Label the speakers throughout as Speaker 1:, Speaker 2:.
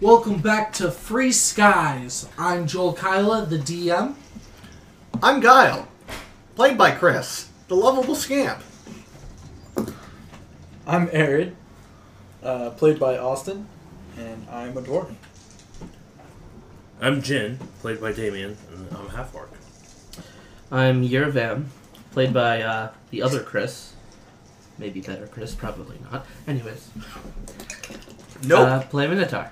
Speaker 1: Welcome back to Free Skies. I'm Joel Kyla, the DM.
Speaker 2: I'm Guile, played by Chris, the lovable scamp.
Speaker 3: I'm Arid, uh, played by Austin, and I'm a dwarf.
Speaker 4: I'm Jin, played by Damien, and I'm a half orc.
Speaker 5: I'm Yervam, played by uh, the other Chris. Maybe better Chris, probably not. Anyways, uh, play Minotaur.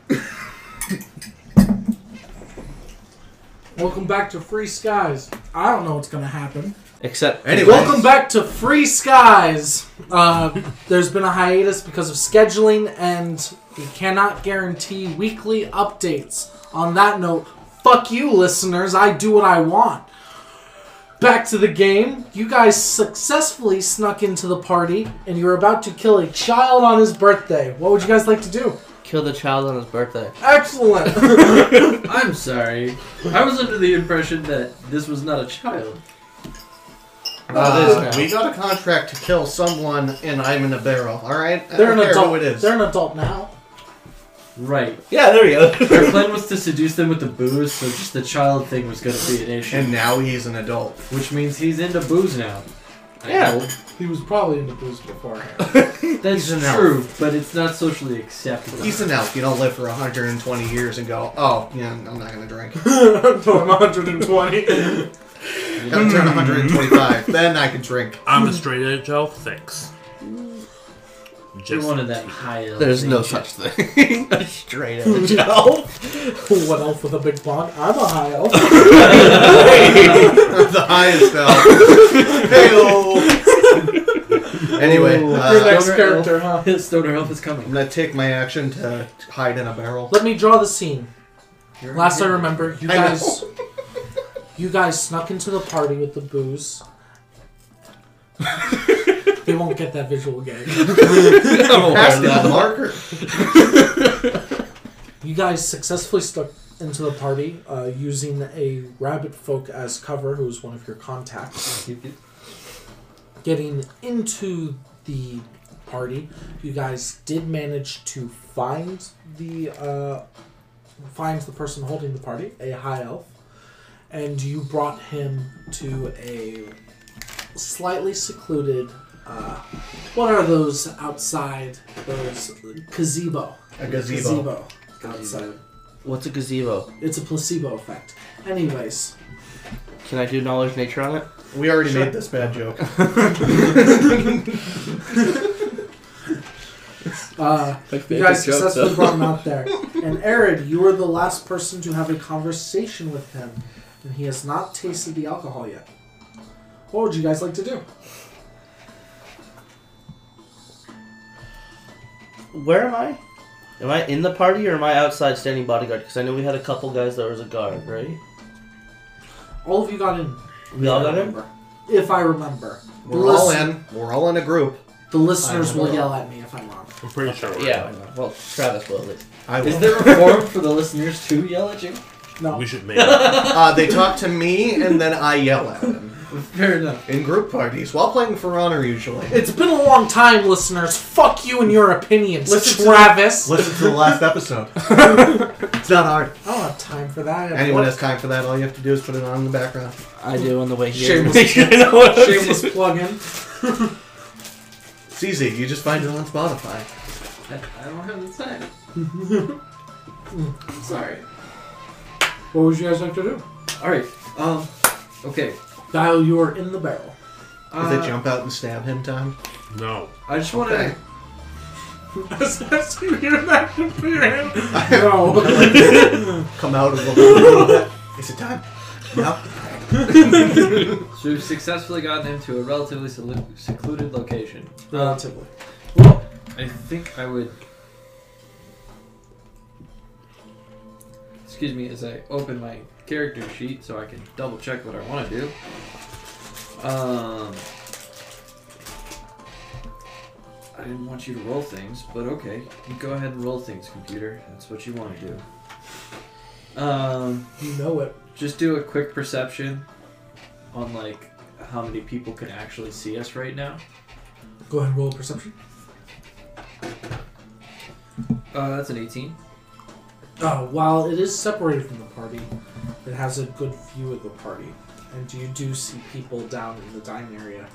Speaker 1: Welcome back to Free Skies. I don't know what's gonna happen.
Speaker 5: Except
Speaker 2: Anyway.
Speaker 1: Welcome back to Free Skies. Uh, there's been a hiatus because of scheduling, and we cannot guarantee weekly updates. On that note, fuck you, listeners. I do what I want. Back to the game. You guys successfully snuck into the party, and you're about to kill a child on his birthday. What would you guys like to do?
Speaker 5: kill the child on his birthday.
Speaker 1: Excellent.
Speaker 6: I'm sorry. I was under the impression that this was not a child.
Speaker 2: Uh, we got a contract to kill someone, and I'm in a barrel. All right, I
Speaker 1: They're
Speaker 2: don't
Speaker 1: an
Speaker 2: care who
Speaker 1: adult.
Speaker 2: it is.
Speaker 1: They're an adult now.
Speaker 6: Right.
Speaker 3: Yeah, there we go.
Speaker 6: Their plan was to seduce them with the booze, so just the child thing was gonna be an issue.
Speaker 2: and now he's an adult.
Speaker 6: which means he's into booze now. I
Speaker 3: Yeah.
Speaker 6: know.
Speaker 1: He was probably into booze beforehand.
Speaker 6: That's
Speaker 2: He's an elf.
Speaker 6: true, but it's not socially acceptable.
Speaker 2: He's an elf. You don't live for 120 years and go, oh, yeah, I'm not gonna drink.
Speaker 1: Until I'm 120.
Speaker 2: Gotta turn 125, then I can drink.
Speaker 4: I'm a straight edge elf, thanks.
Speaker 6: you
Speaker 4: Just
Speaker 6: wanted that high. elf
Speaker 5: There's no
Speaker 6: nature.
Speaker 5: such thing. A Straight up.
Speaker 1: what elf with a big blonde? I'm a high elf.
Speaker 2: the highest elf. hey Anyway,
Speaker 6: Oh.
Speaker 1: Your
Speaker 2: uh,
Speaker 1: next
Speaker 6: Stoner
Speaker 1: character, huh?
Speaker 6: His stoner elf is
Speaker 2: I'm
Speaker 6: coming.
Speaker 2: gonna take my action to hide in a barrel.
Speaker 1: Let me draw the scene. Last I remember, you
Speaker 2: I know.
Speaker 1: guys, you guys snuck into the party with the booze. they won't get that visual again.
Speaker 2: Past the marker.
Speaker 1: You guys successfully stuck into the party uh, using a rabbit folk as cover, who is one of your contacts. getting into the party, you guys did manage to find the uh, find the person holding the party, a high elf, and you brought him to a slightly secluded. Uh, what are those outside? Those gazebo.
Speaker 2: A gazebo.
Speaker 1: Gazebo outside.
Speaker 5: What's a gazebo?
Speaker 1: It's a placebo effect. Anyways,
Speaker 5: Can I do knowledge nature on it?
Speaker 2: We already made this bad joke.
Speaker 1: uh, You guys successfully brought him out there. And Arid, you were the last person to have a conversation with him, and he has not tasted the alcohol yet. What would you guys like to do?
Speaker 5: Where am I? Am I in the party or am I outside standing bodyguard? Because I know we had a couple guys that was a guard, right?
Speaker 1: All of you got in.
Speaker 5: We all got in?
Speaker 1: remember. If I remember. The,
Speaker 2: We're all
Speaker 1: listen-
Speaker 2: in. We're all in a group.
Speaker 1: the listeners
Speaker 2: I
Speaker 1: will
Speaker 2: remember.
Speaker 1: yell at me if I'm wrong.
Speaker 4: I'm pretty sure. we're
Speaker 5: Yeah. Well, Travis will at least.
Speaker 2: I
Speaker 6: Is
Speaker 2: will.
Speaker 6: there a form for the listeners to yell at you?
Speaker 1: No.
Speaker 4: We should make it.
Speaker 2: Uh, they talk to me and then I yell at them
Speaker 6: Fair enough.
Speaker 2: in group parties while playing For Honor. Usually,
Speaker 1: it's been a long time, listeners. Fuck you and your opinions,
Speaker 2: Listen to-
Speaker 1: Travis.
Speaker 2: listen to the last episode. it's not hard.
Speaker 1: I don't have time for that. I have
Speaker 2: Anyone
Speaker 1: work.
Speaker 2: has time for that? All you have to do is put it on in the background.
Speaker 5: I do on the way here.
Speaker 1: Shameless,
Speaker 5: You know what I'm
Speaker 1: shameless plug-in.
Speaker 2: It's easy. You just find it on Spotify.
Speaker 6: I, I don't have the time. I'm sorry.
Speaker 1: What would you guys like to do?
Speaker 6: All right. Um. Okay.
Speaker 1: Dial, you are in the barrel.
Speaker 2: Does
Speaker 6: Uh,
Speaker 2: it jump out and stab him, Tom?
Speaker 4: No.
Speaker 6: I just want to.
Speaker 2: Okay.
Speaker 1: Assassin, you're not prepared. No.
Speaker 2: Come out of the hole. Is it time? No.
Speaker 6: So we've successfully gotten him to a relatively selu- secluded location.
Speaker 1: Relatively.
Speaker 6: Well, I think I would. Excuse me as I open my character sheet so I can double check what I want to do. Um. I didn't want you to roll things, but okay. You go ahead and roll things, computer. That's what you want to do. Um.
Speaker 1: You know it.
Speaker 6: Just do a quick perception on like how many people can actually see us right now.
Speaker 1: Go ahead and roll a perception.
Speaker 6: Uh, that's an 18.
Speaker 1: Uh, while it is separated from the party, it has a good view of the party, and you do see people down in the dining area,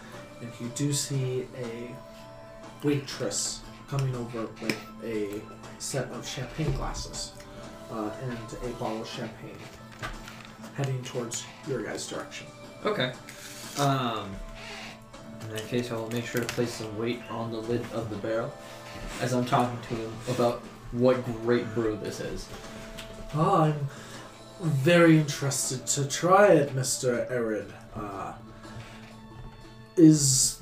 Speaker 1: and you do see a waitress coming over with a set of champagne glasses uh, and a bottle of champagne, heading towards your guys' direction.
Speaker 6: Okay. Um, in that case, I will make sure to place some weight on the lid of the barrel as I'm talking to him about what great brew this is.
Speaker 1: Oh, I'm very interested to try it, Mr. Erin. Uh, is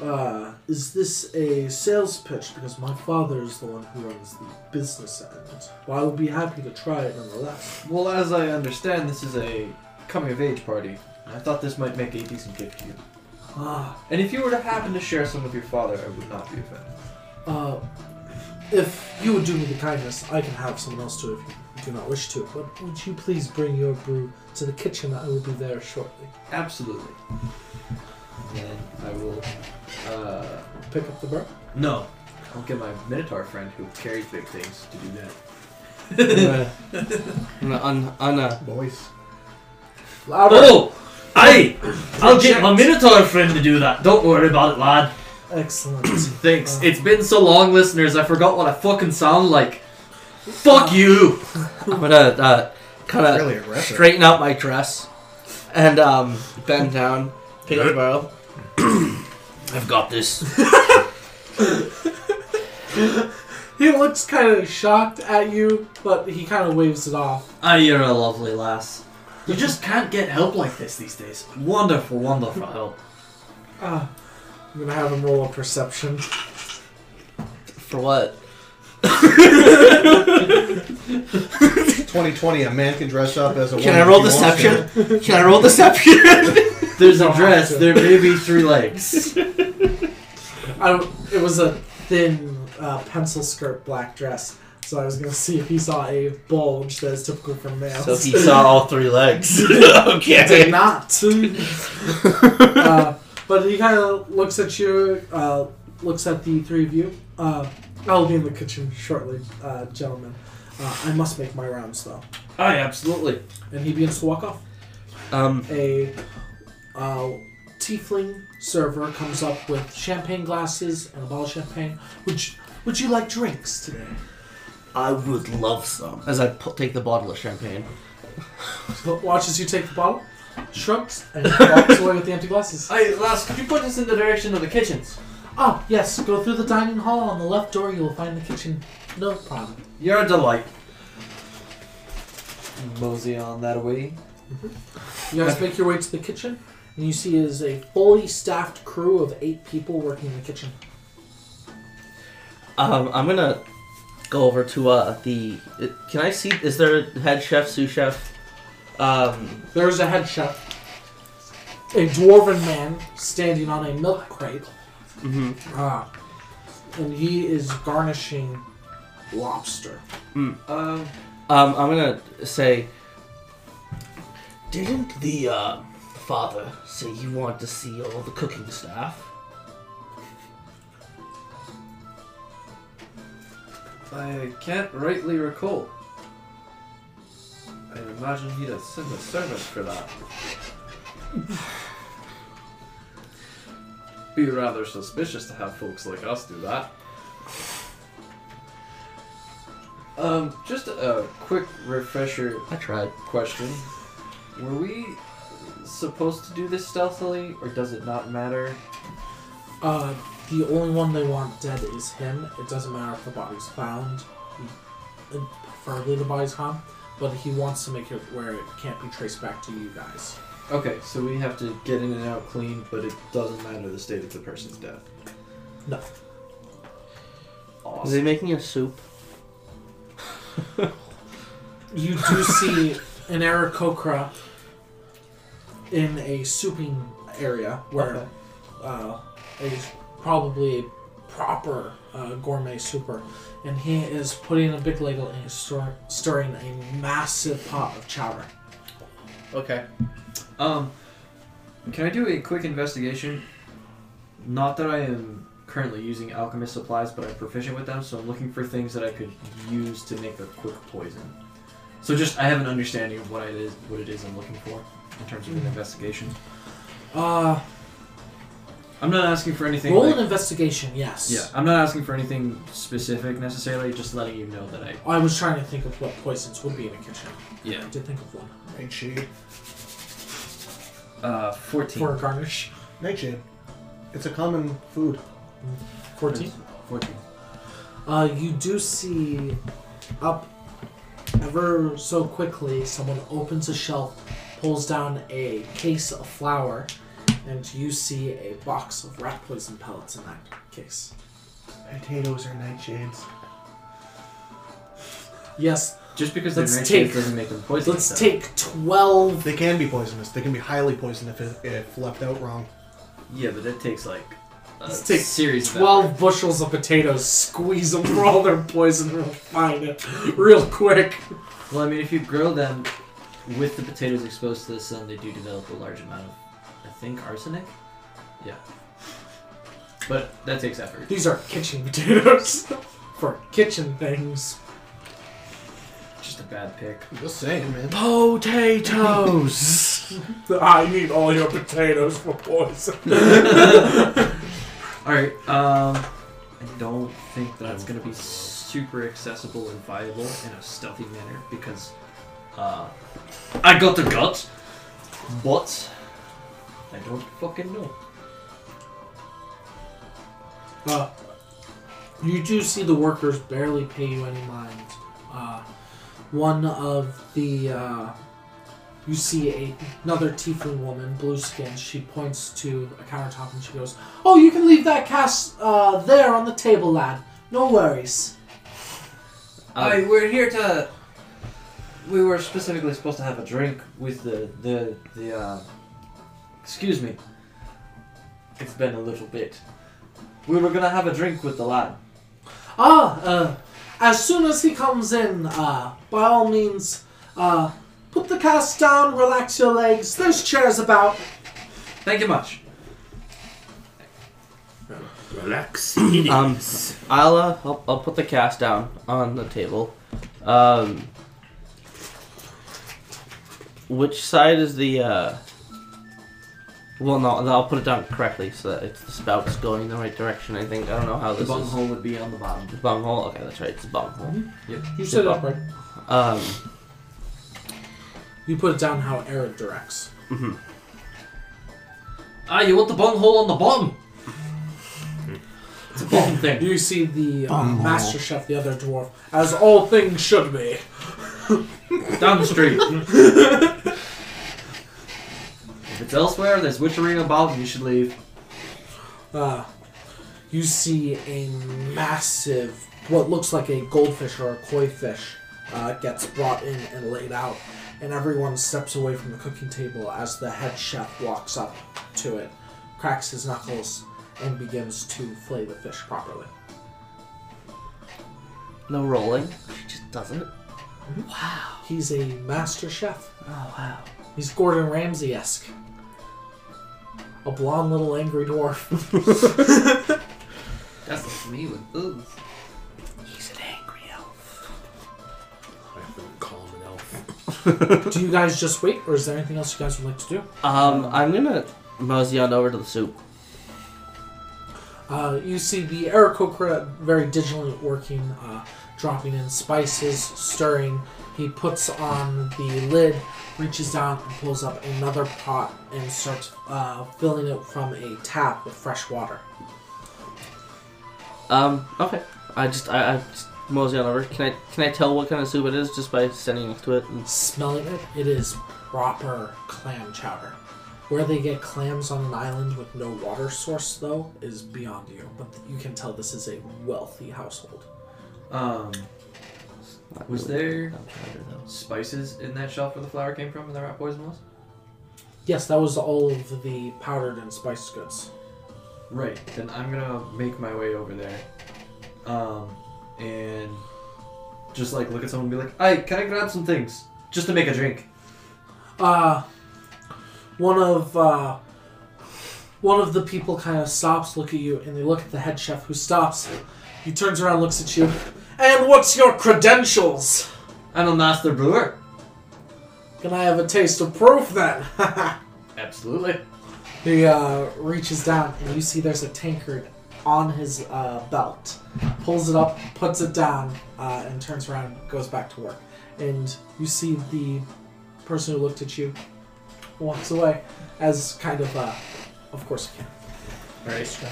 Speaker 1: uh, is this a sales pitch? Because my father is the one who runs the business end. Well, I would be happy to try it nonetheless.
Speaker 6: Well, as I understand, this is a coming of age party. I thought this might make a decent gift to you.
Speaker 1: Ah,
Speaker 6: And if you were to happen to share some with your father, I would not be offended.
Speaker 1: uh, if you would do me the kindness, I can have someone else do it if you do not wish to. But would you please bring your brew to the kitchen? I will be there shortly.
Speaker 6: Absolutely. And I will. Uh,
Speaker 1: Pick up the brew.
Speaker 6: no. I'll get my Minotaur friend who carries big things to do that.
Speaker 5: I'm gonna, I'm gonna un, un, uh,
Speaker 2: Boys.
Speaker 1: Louder.
Speaker 5: oh, I, I'll get my Minotaur friend to do that. Don't worry about it, lad.
Speaker 1: Excellent.
Speaker 6: Thanks.
Speaker 1: Uh.
Speaker 6: it's been so long, listeners. I forgot what I fucking sound like. Fuck you.
Speaker 5: I'm gonna uh, kind of
Speaker 2: Really aggressive.
Speaker 5: straighten out my dress and um, bend down, pick up the barrel. I've got this.
Speaker 1: He looks kind of shocked at you, but he kind of waves it off.
Speaker 6: Ah, you're a lovely lass. You just can't get help like this these days. Wonderful, wonderful help.
Speaker 1: Ah, I'm gonna have him roll a perception.
Speaker 5: For what?
Speaker 2: 2020, a man can dress up as a woman.
Speaker 5: Can I roll
Speaker 2: if he wants
Speaker 5: deception? Can I roll deception?
Speaker 6: There's a
Speaker 1: Don't
Speaker 6: dress.
Speaker 1: have to.
Speaker 6: There may be three legs.
Speaker 1: I, it was a thin uh, pencil skirt black dress, so I was gonna see if he saw a bulge that is typical for males.
Speaker 5: so he saw all three legs. okay.
Speaker 1: did not. uh, but he kind of looks at you, uh, looks at the three of you. Uh, I'll be in the kitchen shortly, uh, gentlemen. Uh, I must make my rounds though.
Speaker 6: Aye, absolutely.
Speaker 1: And he begins to walk off.
Speaker 5: Um,
Speaker 1: a uh, tiefling server comes up with champagne glasses and a bottle of champagne. Would you, would you like drinks today?
Speaker 5: I would love some. As I pu- take the bottle of champagne.
Speaker 1: But watches you take the bottle, shrugs, and walks away with the empty glasses.
Speaker 6: Aye, lass. Could you point us in the direction of the kitchens?
Speaker 1: Ah, yes, go through the dining hall. On the left door, you will find the kitchen. No problem.
Speaker 6: You're a delight. Mosey on that way.
Speaker 1: You guys make your way to the kitchen, and you see is a fully staffed crew of eight people working in the kitchen.
Speaker 5: Um, I'm gonna go over to uh the. it- Can I see? Is there a head chef, sous chef? Um,
Speaker 1: There's a head chef, a dwarven man standing on a milk crate.
Speaker 5: mhm.
Speaker 1: Ah, and he is garnishing lobster.
Speaker 6: Um,
Speaker 5: um, I'm gonna say. Didn't the uh, father say you want to see all the cooking staff?
Speaker 6: I can't rightly recall. I imagine he'd have sent a servant for that. Be rather suspicious to have folks like us do that. Um, just a quick refresher
Speaker 5: I tried.
Speaker 6: question. Were we supposed to do this stealthily, or does it not matter?
Speaker 1: Uh, the only one they want dead is him. It doesn't matter if the body's found. He- uh, Preferably the body's found, but he wants to make it where it can't be traced back to you guys.
Speaker 6: Okay, so we have to get in and out clean, but it doesn't matter the state of the person's death.
Speaker 1: No.
Speaker 5: Is he making a soup?
Speaker 1: You do see an Aarakocra in a souping area where
Speaker 6: Okay.
Speaker 1: uh, is probably a proper uh, gourmet super, and he is putting a big ladle and he's stir- stirring a massive pot of chowder.
Speaker 6: Okay. Um, can I do a quick investigation? Not that I am currently using alchemist supplies, but I'm proficient with them, so I'm looking for things that I could use to make a quick poison. So just I have an understanding of what it is, what it is I'm looking for in terms
Speaker 1: Mm-hmm.
Speaker 6: of an investigation.
Speaker 1: Uh,
Speaker 6: I'm not asking for anything.
Speaker 1: roll
Speaker 6: like-
Speaker 1: an investigation. Yes.
Speaker 6: yeah, I'm not asking for anything specific necessarily. Just letting you know that I.
Speaker 1: I was trying to think of what poisons would be in a kitchen.
Speaker 6: Yeah.
Speaker 1: I did think of one
Speaker 2: Nightshade.
Speaker 6: Uh, 14.
Speaker 1: for a garnish.
Speaker 2: Nightshade. It's a common food.
Speaker 1: Fourteen.
Speaker 6: 14.
Speaker 1: Uh, you do see up ever so quickly someone opens a shelf, pulls down a case of flour, and you see a box of rat poison pellets in that case.
Speaker 2: Potatoes are nightshades.
Speaker 1: Yes,
Speaker 6: Just because they're
Speaker 1: Let's
Speaker 6: nightshades
Speaker 1: take-
Speaker 6: doesn't make them poisonous.
Speaker 1: let's
Speaker 6: though.
Speaker 1: take 12.
Speaker 2: They can be poisonous. They can be highly poisonous if, if left out wrong.
Speaker 6: Yeah, but that takes like. A
Speaker 1: Let's take
Speaker 6: series of
Speaker 1: 12 bushels of potatoes, squeeze them for all their poison, and we'll find it real quick.
Speaker 6: effort. Well, I mean, if you grow them with the potatoes exposed to the sun, they do develop a large amount of, I think, arsenic. Yeah. But that takes effort.
Speaker 1: These are kitchen potatoes for kitchen things.
Speaker 6: Just a bad pick.
Speaker 2: Just saying, man.
Speaker 1: Potatoes! I need all your potatoes for poison.
Speaker 6: All right. Um, I don't think that's going to be super accessible and viable in a stealthy manner because uh, I got the guts, but I don't fucking know.
Speaker 1: Uh, you do see the workers barely pay you any mind. Uh, one of the. Uh, you see a, another tiefling woman, blue skin. She points to a countertop and she goes, "Oh, you can leave that cast uh, there on the table, lad. No worries."
Speaker 6: I, we're here to. We were specifically supposed to have a drink with the the the. Uh, excuse me. It's been a little bit. We were gonna have a drink with the lad.
Speaker 1: Ah, uh, as soon as he comes in, uh, by all means, uh, put the cast down, relax your legs. There's chairs about.
Speaker 6: Thank you much.
Speaker 4: Relax.
Speaker 5: Um, I'll, uh, I'll I'll put the cast down on the table. Um, which side is the? Uh, well, no, I'll put it down correctly so that it's the spout's going the right direction. I think I don't know how
Speaker 6: The
Speaker 5: this is.
Speaker 6: bunghole would be on the bottom.
Speaker 5: The bunghole. Okay, that's right. It's a bunghole.
Speaker 1: You
Speaker 5: set it up,
Speaker 1: right.
Speaker 5: Um,
Speaker 1: You put it down how Eric directs.
Speaker 6: Ah, you want the bunghole on the bottom? It's a bottom thing.
Speaker 1: You see the uh, master chef, the other dwarf, as all things should be.
Speaker 6: Down the street. if it's elsewhere, there's witchery involved, you should leave.
Speaker 1: Uh, you see a massive, what looks like a goldfish or a koi fish, uh, gets brought in and laid out, and everyone steps away from the cooking table as the head chef walks up to it, cracks his knuckles, and begins to flay the fish properly.
Speaker 5: no rolling. She just doesn't.
Speaker 1: He's a master chef.
Speaker 5: Oh wow.
Speaker 1: He's Gordon Ramsay esque. A blonde little angry dwarf.
Speaker 6: That's like me with those.
Speaker 5: He's an angry elf.
Speaker 4: I wouldn't call him an elf.
Speaker 1: do you guys just wait, or is there anything else you guys would like to do?
Speaker 5: Um, I'm gonna mosey on over to the soup.
Speaker 1: Uh, you see the Arakokra very diligently working, uh, dropping in spices, stirring. He puts on the lid, reaches down and pulls up another pot and starts uh, filling it from a tap with fresh water.
Speaker 5: Um, okay. I just I, I just mosey on over. Can I can I tell what kind of soup it is just by standing next to it? And,
Speaker 1: Smelling it, it is proper clam chowder. Where they get clams on an island with no water source, though, is beyond you. But you can tell this is a wealthy household.
Speaker 6: Um,
Speaker 5: not
Speaker 6: Was
Speaker 5: really
Speaker 6: there-
Speaker 5: I'm trying to know.
Speaker 6: spices in that shelf where the flour came from and the rat poison was?
Speaker 1: Yes, that was all of the powdered and spiced goods.
Speaker 6: Right, then I'm gonna make my way over there. Um, and just like look at someone and be like, Hey, can I grab some things? Just to make a drink.
Speaker 1: uh, one of uh, one of the people kind of stops, look at you, and they look at the head chef who stops. He turns around, looks at you, and what's your credentials?
Speaker 6: I'm a master brewer.
Speaker 1: Can I have a taste of proof then?
Speaker 6: Absolutely.
Speaker 1: He uh, reaches down, and you see there's a tankard on his uh, belt. Pulls it up, puts it down, uh, and turns around, goes back to work. And you see the person who looked at you walks away as kind of, uh, of course, he can.
Speaker 5: Right.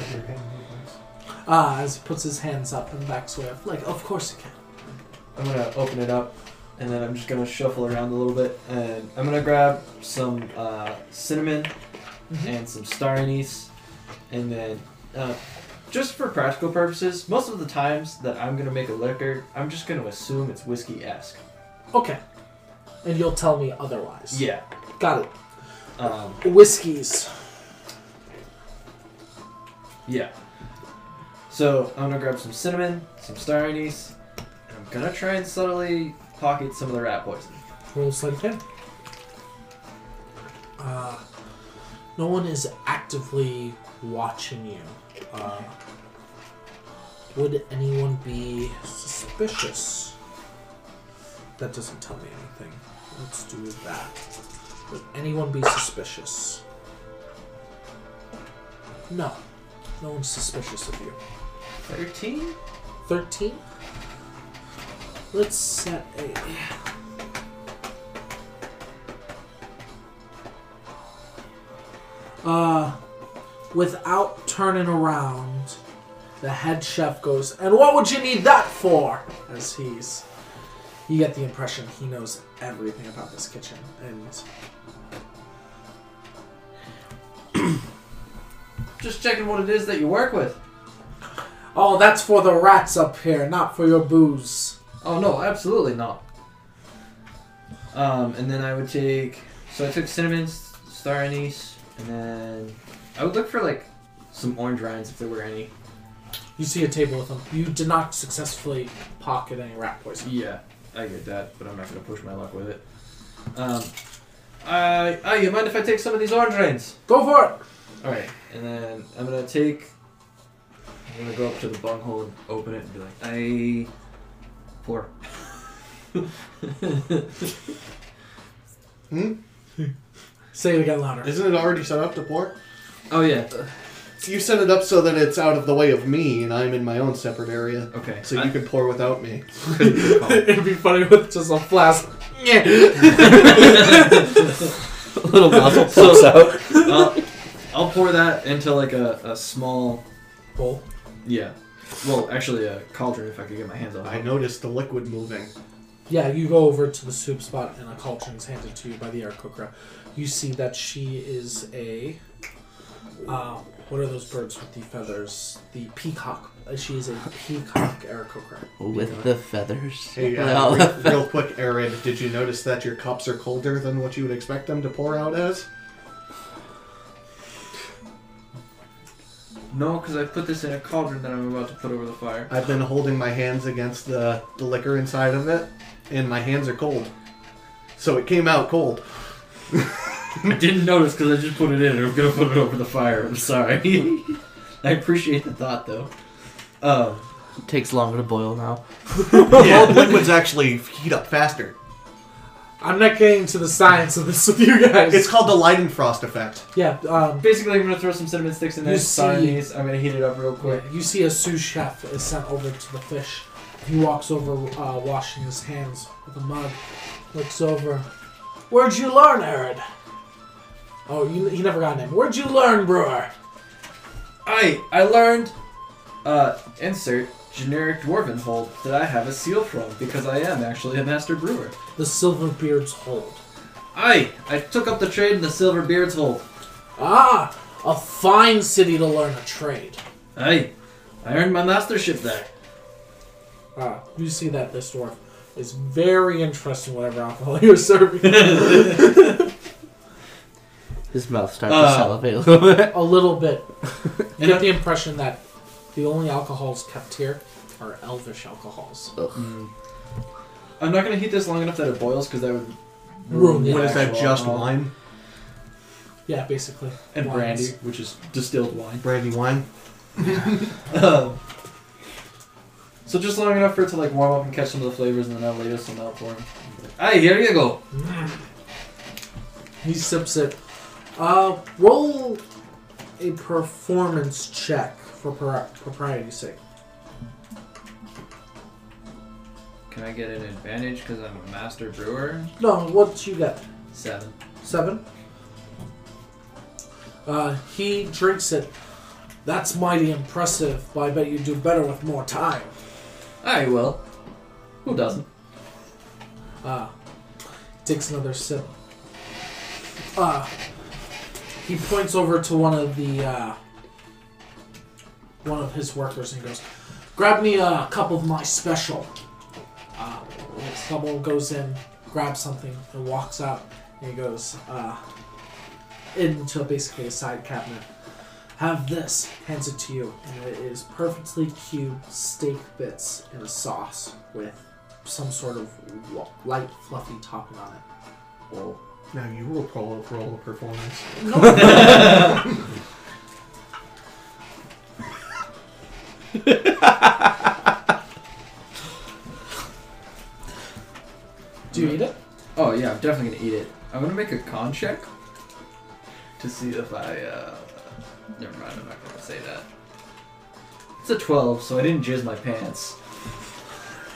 Speaker 1: Uh, as he puts his hands up and backs away, like, of course he can.
Speaker 6: I'm gonna open it up, and then I'm just gonna shuffle around a little bit, and I'm gonna grab some uh, cinnamon and some star anise, and then uh, just for practical purposes, most of the times that I'm gonna make a liquor, I'm just gonna assume it's whiskey esque.
Speaker 1: Okay. And you'll tell me otherwise.
Speaker 6: Yeah.
Speaker 1: Got
Speaker 6: Um,
Speaker 1: it. Whiskies.
Speaker 6: yeah. So I'm gonna grab some cinnamon, some star anise, and I'm gonna try and subtly pocket some of the rat poison.
Speaker 1: Roll sleight of hand. Uh, no one is actively watching you. Uh, would anyone be suspicious? That doesn't tell me anything. Let's do with that. Would anyone be suspicious? No. No one's suspicious of you.
Speaker 6: Thirteen.
Speaker 1: 13. Let's set a. Uh, without turning around, the head chef goes, And what would you need that for? As he's. You get the impression he knows everything about this kitchen. And
Speaker 6: Just checking what it is that you work with.
Speaker 1: Oh, that's for the rats up here, not for your booze.
Speaker 6: Oh no, absolutely not. Um, and then I would take. So I took cinnamon, s- star anise, and then I would look for like some orange rinds if there were any.
Speaker 1: You see a table with them. You did not successfully pocket any rat poison.
Speaker 6: Yeah, I get that, but I'm not gonna push my luck with it. Um, I, I you mind if I take some of these orange rinds?
Speaker 1: Go for it!
Speaker 6: All right, and then I'm gonna take. I'm gonna go up to the bunghole and open it and be like, I pour.
Speaker 1: Say it again louder.
Speaker 2: Isn't it already set up to pour?
Speaker 6: oh yeah.
Speaker 2: You set it up so that it's out of the way of me and I'm in my own separate area.
Speaker 6: Okay.
Speaker 2: So
Speaker 6: I-
Speaker 2: you could pour without me.
Speaker 6: good call.
Speaker 1: It'd be funny with just a flask.
Speaker 5: Little muzzle
Speaker 6: pops I'll, uh, I'll pour that into like a, a small
Speaker 1: Bowl.
Speaker 6: yeah. Well, actually, a cauldron if I could get my hands on
Speaker 2: I
Speaker 6: it.
Speaker 2: noticed the liquid moving.
Speaker 1: Yeah, you go over to the soup spot and a cauldron is handed to you by the air cooker. You see that she is a. Uh, what are those birds with the feathers? The peacock. Uh, She is a peacock air cooker.
Speaker 5: With the feathers.
Speaker 2: Hey, uh,
Speaker 5: Well,
Speaker 2: real, real quick, Aaron, did you notice that your cups are colder than what you would expect them to pour out as?
Speaker 6: No, because I put this in a cauldron that I'm about to put over the fire.
Speaker 2: I've been holding my hands against the, the liquor inside of it, and my hands are cold. So it came out cold.
Speaker 6: I didn't notice because I just put it in. I'm gonna put it over the fire. I'm sorry. I appreciate the thought though. Um,
Speaker 5: it takes longer to boil now.
Speaker 2: Cold liquids actually heat up faster.
Speaker 1: I'm not getting to the science of this with you guys.
Speaker 2: It's called the Leidenfrost effect.
Speaker 1: yeah, um,
Speaker 6: basically, I'm gonna throw some cinnamon sticks in
Speaker 1: You
Speaker 6: there.
Speaker 1: see-
Speaker 6: Star anise. I'm gonna heat it up real quick.
Speaker 1: You see a sous chef is sent over to the fish. He walks over, uh, washing his hands with a mug. Looks over. Where'd you learn, Arid? Oh, you, he never got a name. Where'd you learn, Brewer?
Speaker 6: I I learned uh, insert generic dwarven hold that I have a seal from because I am actually a master brewer.
Speaker 1: The Silverbeard's Hold.
Speaker 6: I I took up the trade in the silver beards hold.
Speaker 1: Ah, a fine city to learn a trade.
Speaker 6: I I earned my mastership there.
Speaker 1: Ah, you see that this dwarf is very interested in whatever alcohol you're serving.
Speaker 5: His mouth starts
Speaker 6: Uh,
Speaker 5: to salivate a little bit.
Speaker 1: a little bit. You
Speaker 6: And I-
Speaker 1: get the impression that the only alcohols kept here are elvish alcohols.
Speaker 6: I'm not gonna heat this long enough that it boils because that would
Speaker 1: Ruin the
Speaker 6: the
Speaker 2: What is that,
Speaker 6: actual
Speaker 2: just
Speaker 6: alcohol.
Speaker 2: wine?
Speaker 1: Yeah, basically.
Speaker 3: and
Speaker 1: Wines.
Speaker 3: brandy, which is distilled wine.
Speaker 2: Brandy wine.
Speaker 3: Um, so just long enough for it to like warm up and catch some of the flavors, and then I'll leave some out for him.
Speaker 6: Hey, here you go.
Speaker 1: He sips it. Uh, roll a performance check for pro- propriety's sake.
Speaker 6: Can I get an advantage because I'm a master brewer?
Speaker 1: No, what you got?
Speaker 6: Seven.
Speaker 1: Seven. Uh, he drinks it. That's mighty impressive, but I bet you do better with more time.
Speaker 6: I will. Who doesn't?
Speaker 1: Ah, takes another sip. Ah, he points over to one of the uh, one of his workers and goes, "Grab me a cup of my special." Uh, someone goes in, grabs something, and walks out. And he goes uh, into basically a side cabinet. Have this. Hands it to you, and it is perfectly cubed steak bits in a sauce with some sort of wa- light, fluffy topping on it.
Speaker 6: Whoa.
Speaker 2: Now you will roll, roll a performance.
Speaker 1: Do you eat it?
Speaker 6: Oh yeah, I'm definitely gonna eat it. I'm gonna make a con check to see if I. uh... Never mind. I'm not gonna say that. It's a twelve, so I didn't jizz my pants.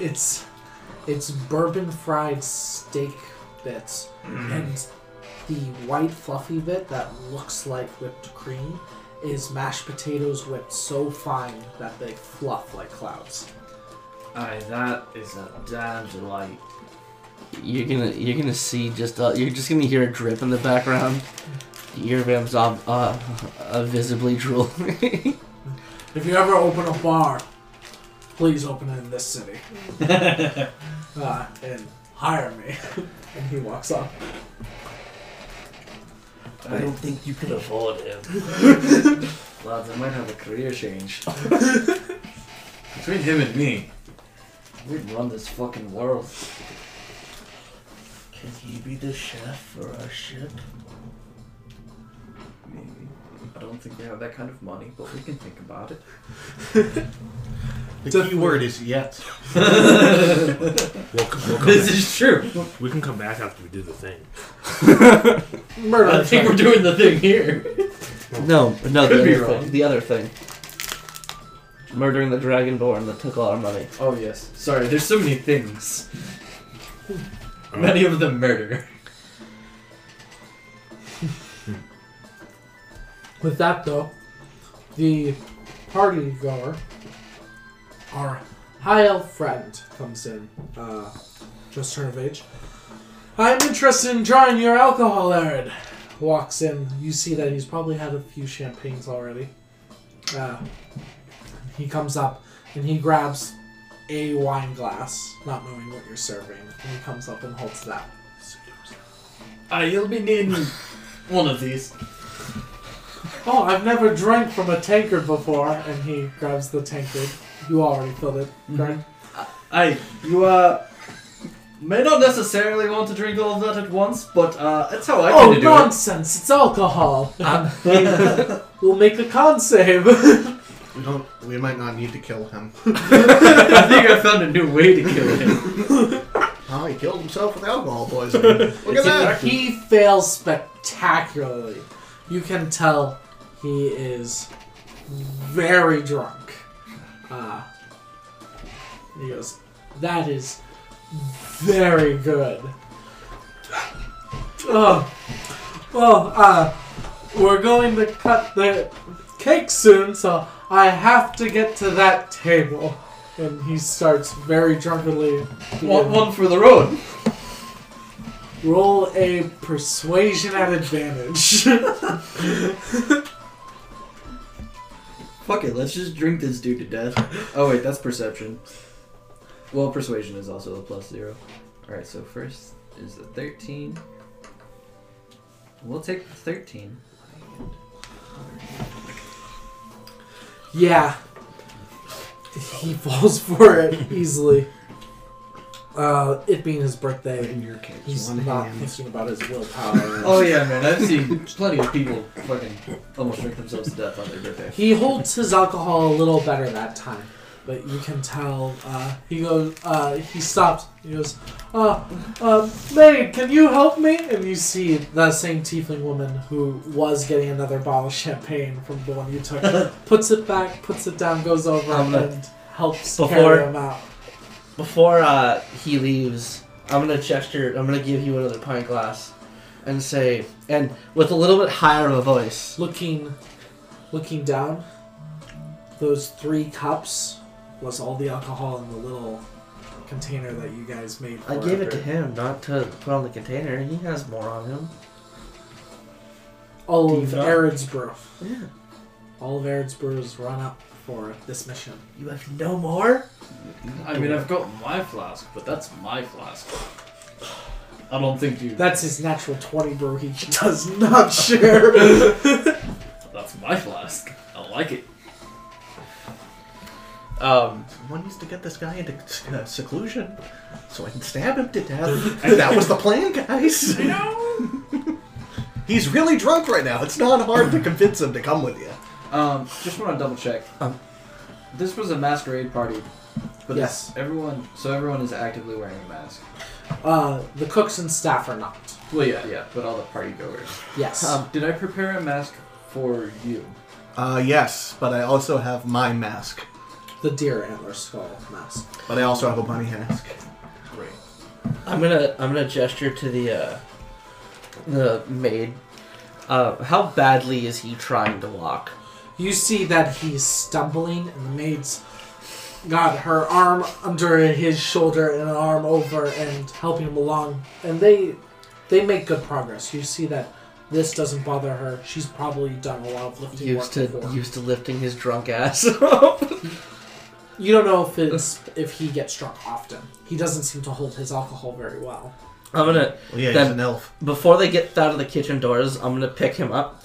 Speaker 1: It's it's bourbon fried steak bits and the white fluffy bit that looks like whipped cream is mashed potatoes whipped so fine that they fluff like clouds.
Speaker 6: Aye, that is a damn delight.
Speaker 5: You're gonna you're gonna see just uh, you're just gonna hear a drip in the background. Yervam's ob- uh, uh, visibly drooling.
Speaker 1: If you ever open a bar, please open it in this city. uh, and hire me. and he walks off.
Speaker 4: I don't think you can afford him.
Speaker 6: Lads, I might have a career change. Between him and me, we'd run this fucking world.
Speaker 4: Can he be the chef for our ship?
Speaker 6: Maybe. I don't think we have that kind of money, but we can think about it.
Speaker 2: The
Speaker 1: Definitely.
Speaker 2: key word is yet.
Speaker 4: We'll, c- we'll come
Speaker 6: this
Speaker 4: back.
Speaker 6: is true.
Speaker 4: we can come back after we do the thing.
Speaker 1: Murder.
Speaker 6: I think we're doing the thing here.
Speaker 5: no, no,
Speaker 6: Could be
Speaker 5: the other
Speaker 6: wrong.
Speaker 5: thing. The other thing. Murdering the Dragonborn that took all our money.
Speaker 6: Oh yes. Sorry, there's so many things. Many of them murder.
Speaker 1: With that though, the party goer, our high elf friend, comes in, uh, just turn of age. I'm interested in trying your alcohol, Arid. Walks in. You see that he's probably had a few champagnes already. Uh, he comes up and he grabs a wine glass, not knowing what you're serving, and he comes up and holds that.
Speaker 6: Ah, you'll be needing one of these.
Speaker 1: Oh, I've never drank from a tankard before. And he grabs the tankard. You already filled it,
Speaker 6: Mm-hmm.
Speaker 1: correct?
Speaker 6: Aye, you uh may not necessarily want to drink all of that at once, but uh that's how I
Speaker 1: Oh,
Speaker 6: kinda do it. Uh,
Speaker 1: nonsense! It's alcohol. we'll make a con save.
Speaker 2: We don't. We might not need to kill him.
Speaker 6: I think I found a new way to kill him.
Speaker 2: Oh, he killed himself with alcohol poisoning. Look at that.
Speaker 1: he fails spectacularly. You can tell he is very drunk. Uh, he goes, "That is very good." Oh, well, uh, we're going to cut the cake soon, so I have to get to that table. And he starts very drunkenly.
Speaker 6: One, one for the road.
Speaker 1: Roll a persuasion at advantage.
Speaker 6: Fuck it, let's just drink this dude to death. Oh wait, that's perception. Well, persuasion is also a plus zero. All right, so first is the thirteen. We'll take the thirteen.
Speaker 1: yeah. He falls for it easily. Uh, it being his birthday,
Speaker 2: in your case,
Speaker 1: he's
Speaker 2: one
Speaker 1: not
Speaker 2: hand.
Speaker 1: thinking about his willpower.
Speaker 3: Oh yeah, man, I've seen plenty of people fucking almost drink themselves to death on their birthday.
Speaker 1: He holds his alcohol a little better that time, but you can tell uh, he goes. Uh, he stops. He goes, uh, uh, "Maid, can you help me?" And you see the same tiefling woman who was getting another bottle of champagne from the one you took, puts it back, puts it down, goes over
Speaker 5: I'm gonna-
Speaker 1: and helps
Speaker 5: Before-
Speaker 1: carry him out.
Speaker 5: Before uh, he leaves, I'm gonna gesture. I'm gonna give you another pint glass, and say, and with a little bit higher of a voice.
Speaker 1: Looking, looking down, those three cups was all the alcohol in the little container that you guys made.
Speaker 5: I
Speaker 1: for
Speaker 5: gave it
Speaker 1: her.
Speaker 5: to him, not to put on the container. He has more on him.
Speaker 1: All of
Speaker 5: Diva.
Speaker 1: Eridsborough.
Speaker 5: Yeah.
Speaker 1: All of Eridsborough's run up for this mission.
Speaker 5: You have no more.
Speaker 6: I mean, I've got my flask, but that's my flask. I don't think you.
Speaker 1: That's his natural 20, bro. He does not share.
Speaker 6: That's my flask. I like it.
Speaker 5: Um,
Speaker 2: One needs to get this guy into uh, seclusion so I can stab him to death. and that was the plan, guys. I know. He's really drunk right now. It's not hard to convince him to come with you.
Speaker 3: Um, just want to double check.
Speaker 5: Um.
Speaker 3: This was a masquerade party, but
Speaker 1: Yes.
Speaker 3: it's everyone. So everyone is actively wearing a mask.
Speaker 1: uh, the cooks and staff are not.
Speaker 3: Well, yeah, yeah, but all the party goers.
Speaker 1: Yes.
Speaker 5: Um,
Speaker 3: Did I prepare a mask for you?
Speaker 2: Uh, yes, but I also have my mask.
Speaker 1: the deer antler skull mask.
Speaker 2: But I also have a bunny mask.
Speaker 4: Great.
Speaker 5: I'm gonna I'm gonna gesture to the uh, the maid. Uh, how badly is he trying to walk?
Speaker 1: You see that he's stumbling, and the maid's got her arm under his shoulder and an arm over and helping him along. And they they make good progress. You see that this doesn't bother her. She's probably done a lot of lifting
Speaker 5: Used to
Speaker 1: work before.
Speaker 5: used to lifting his drunk ass up.
Speaker 1: You don't know if it's if he gets drunk often. He doesn't seem to hold his alcohol very well.
Speaker 5: I'm gonna
Speaker 2: Well, yeah,
Speaker 5: Then-
Speaker 2: he's an elf.
Speaker 5: before they get out of the kitchen doors. I'm gonna pick him up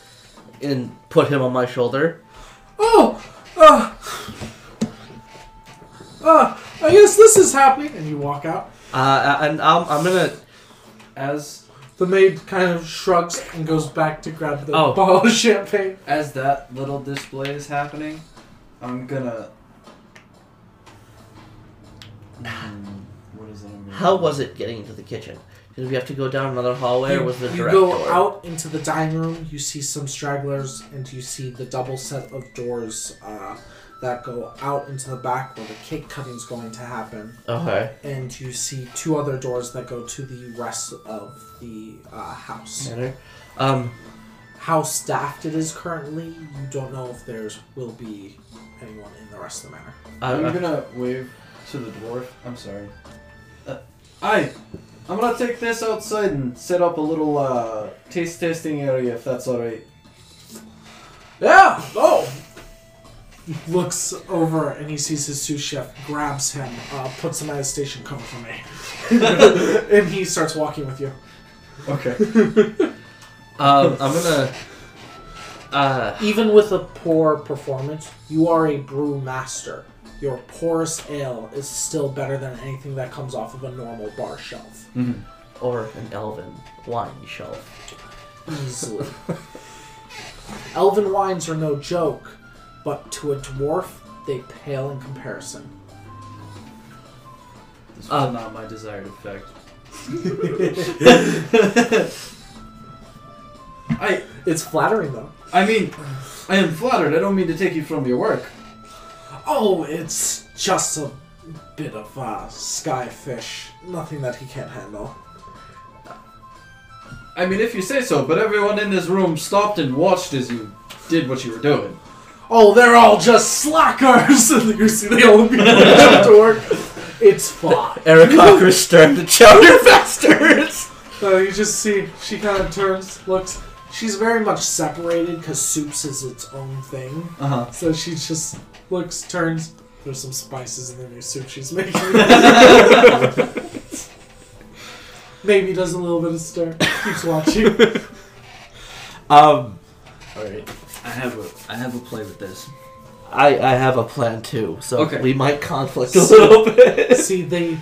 Speaker 5: and put him on my shoulder.
Speaker 1: Oh, uh, uh, I guess this is happening. And you walk out.
Speaker 5: Uh, and I'm, I'm gonna
Speaker 3: As
Speaker 1: The maid kind of shrugs and goes back to grab the
Speaker 5: Oh.
Speaker 1: bottle of champagne.
Speaker 3: as that little display is happening, I'm gonna. Hmm, what is that? I'm gonna
Speaker 5: How was it getting into the kitchen? Did we have to go down another hallway, or
Speaker 1: You,
Speaker 5: was the
Speaker 1: you
Speaker 5: direct
Speaker 1: go
Speaker 5: door?
Speaker 1: out into the dining room. You see some stragglers, and you see the double set of doors uh, that go out into the back where the cake cutting's going to happen.
Speaker 5: Okay.
Speaker 1: and you see two other doors that go to the rest of the uh, house.
Speaker 5: Better. Um,
Speaker 1: How staffed it is currently, you don't know if there's will be anyone in the rest of the manor.
Speaker 5: I, uh, um,
Speaker 3: I'm
Speaker 5: I,
Speaker 3: gonna wave to the dwarf. I'm sorry. Uh, I, I'm gonna take this outside and set up a little uh, taste testing area if that's alright.
Speaker 1: Yeah. Oh. Looks over and he sees his sous chef, grabs him, uh, puts him at his station. Cover for me. and he starts walking with you.
Speaker 3: Okay.
Speaker 5: um, I'm gonna. Uh,
Speaker 1: Even with a poor performance, you are a brew master. Your porous ale is still better than anything that comes off of a normal bar shelf.
Speaker 5: or an elven wine shelf.
Speaker 1: easily. Elven wines are no joke, but to a dwarf, they pale in comparison.
Speaker 6: This was
Speaker 3: Uh,
Speaker 5: Um,
Speaker 6: not my desired effect.
Speaker 3: I,
Speaker 1: It's flattering, though.
Speaker 3: I mean, I am flattered. I don't mean to take you from your work.
Speaker 1: Oh, it's just a bit of uh, skyfish. Nothing that he can't handle.
Speaker 3: I mean, if you say so. But everyone in this room stopped and watched as you did what you were doing.
Speaker 1: Oh, they're all just slackers! and you see the old people at the door. It's fine.
Speaker 5: Eric Cocker stirred the chowder bastards.
Speaker 1: So you just see she kind of turns, looks. She's very much separated because soups is its own thing.
Speaker 3: Uh
Speaker 5: Uh-huh.
Speaker 3: huh.
Speaker 1: So she just looks, turns. There's some spices in the new soup she's making. Maybe does a little bit of stir. Keeps watching.
Speaker 5: Um,
Speaker 6: Alright. I have a I have a play with this.
Speaker 5: I I have a plan too, so
Speaker 3: Okay.
Speaker 5: we might conflict a little bit.
Speaker 1: See, they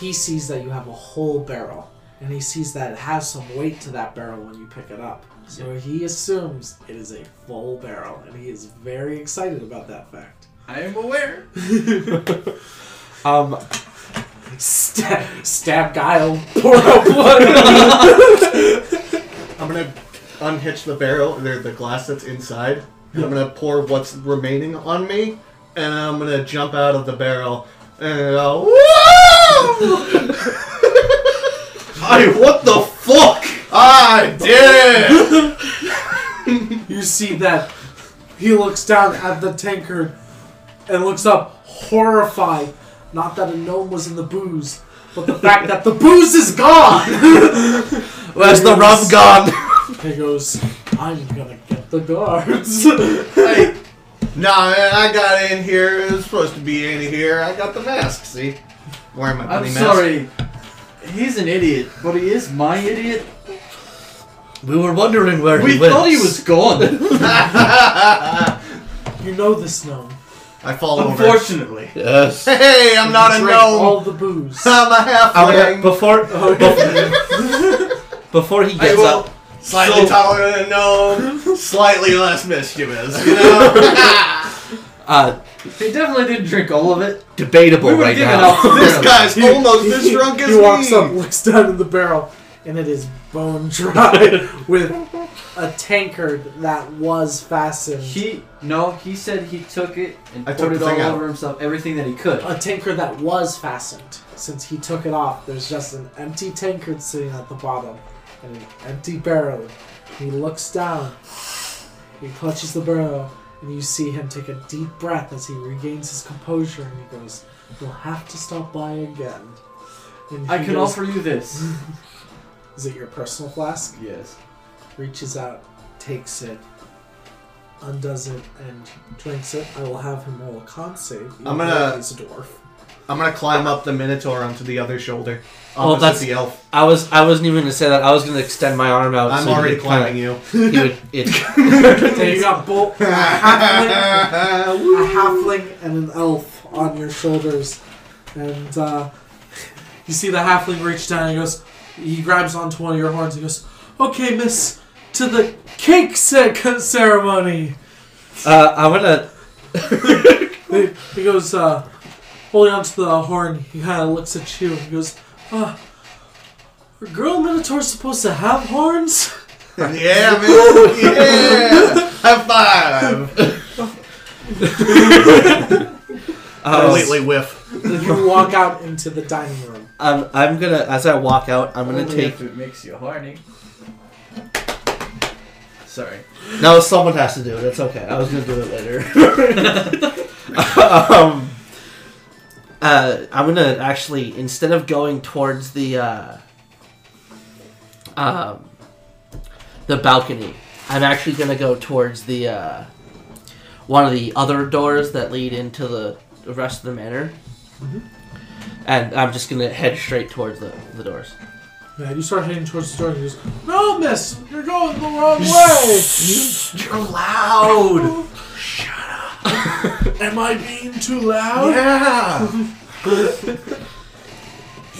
Speaker 1: he sees that you have a whole barrel, and he sees that it has some weight to that barrel when you pick it up. So he assumes it is a full barrel, and he is very excited about that fact.
Speaker 3: I am aware.
Speaker 2: Um,
Speaker 1: Stab, stab oh, Guile, pour out blood.
Speaker 2: I'm gonna unhitch the barrel, or the glass that's inside. and I'm gonna pour what's remaining on me, and I'm gonna jump out of the barrel and go, Whoa! I what the fuck? I did it!
Speaker 1: you see that he looks down at the tankard and looks up horrified. Not that a gnome was in the booze, but the fact that the booze is gone.
Speaker 2: Where's the rum gone?
Speaker 1: he goes, I'm gonna get the guards. you
Speaker 2: hey, nah, man, I got in here. It was supposed to be in here. I got the mask. See, wearing my
Speaker 3: I'm
Speaker 2: bunny mask.
Speaker 3: sorry. He's an idiot, but he is my idiot.
Speaker 5: We were wondering where
Speaker 3: We
Speaker 5: he went.
Speaker 3: thought he was gone.
Speaker 1: know this gnome.
Speaker 2: I fall over.
Speaker 3: Unfortunately.
Speaker 5: Yes.
Speaker 2: Hey, I'm not a
Speaker 1: Drank
Speaker 2: gnome.
Speaker 1: all the booze.
Speaker 2: I'm a
Speaker 5: I'm gonna-
Speaker 2: halfling.
Speaker 5: before before he gets
Speaker 2: will-
Speaker 5: up,
Speaker 2: Slightly
Speaker 5: So-
Speaker 2: taller than a gnome, slightly less mischievous. You know,
Speaker 5: uh,
Speaker 3: He definitely didn't drink all of it.
Speaker 5: debatable
Speaker 3: We were
Speaker 5: right
Speaker 3: giving
Speaker 5: now.
Speaker 3: up.
Speaker 2: this guy's almost as drunk as
Speaker 1: he walks
Speaker 2: me.
Speaker 1: up, looks down in the barrel, and it is bone dry with a tankard that was fastened.
Speaker 3: He no. He said he took it and
Speaker 2: I
Speaker 3: poured
Speaker 2: took
Speaker 3: it
Speaker 2: the
Speaker 3: all
Speaker 2: thing out.
Speaker 3: over himself, everything that he could.
Speaker 1: a tankard that was fastened. Since he took it off, there's just an empty tankard sitting at the bottom and an empty barrel. He looks down, he clutches the barrel, and you see him take a deep breath as he regains his composure and he goes, We'll have to stop by again. And
Speaker 3: I
Speaker 1: he
Speaker 3: can
Speaker 1: goes-
Speaker 3: offer you this.
Speaker 1: Is it your personal flask?
Speaker 3: yes.
Speaker 1: Reaches out, takes it, undoes it, and drinks it. I will have him roll a con save. even
Speaker 2: I'm gonna-
Speaker 1: though He's a dwarf.
Speaker 2: I'm gonna climb up the minotaur onto the other shoulder.
Speaker 5: Oh,
Speaker 2: Opposite
Speaker 5: that's-
Speaker 2: the elf.
Speaker 5: I was I wasn't even gonna say that. I was gonna extend my arm out.
Speaker 2: I'm
Speaker 5: Oh, so he
Speaker 2: already
Speaker 5: could
Speaker 2: climbing you.
Speaker 5: Kinda, he would. It,
Speaker 1: So you got both a halfling, a halfling and an elf on your shoulders, and uh, you see the halfling reach down. and He goes, he grabs onto one of your horns. He goes, "Okay, miss, to the cake ce- ceremony."
Speaker 5: uh, I wanna.
Speaker 1: He, he goes, uh, holding onto the horn. He kind of looks at you. He goes, "Uh, are girl minotaurs supposed to have horns?"
Speaker 2: yeah, man. Yeah. High five.
Speaker 5: Oh.
Speaker 1: Oh,
Speaker 5: uh,
Speaker 2: Completely whiff.
Speaker 1: you walk out into the dining room.
Speaker 5: I'm I'm gonna as I walk out. I'm
Speaker 1: Oh,
Speaker 5: gonna
Speaker 3: Only
Speaker 5: take.
Speaker 3: if it makes you horny. Sorry.
Speaker 5: No, someone has to do it. It's okay. I was gonna do it later. um, uh, I'm gonna actually instead of going towards the uh, um, the balcony, I'm actually gonna go towards the uh, one of the other doors that lead into the, the rest of the manor, and I'm just gonna head straight towards the, the doors.
Speaker 1: Yeah, you start heading towards the door, and he goes, "No, miss, you're going the wrong way."
Speaker 2: You're loud.
Speaker 1: Am I being too loud?
Speaker 2: Yeah.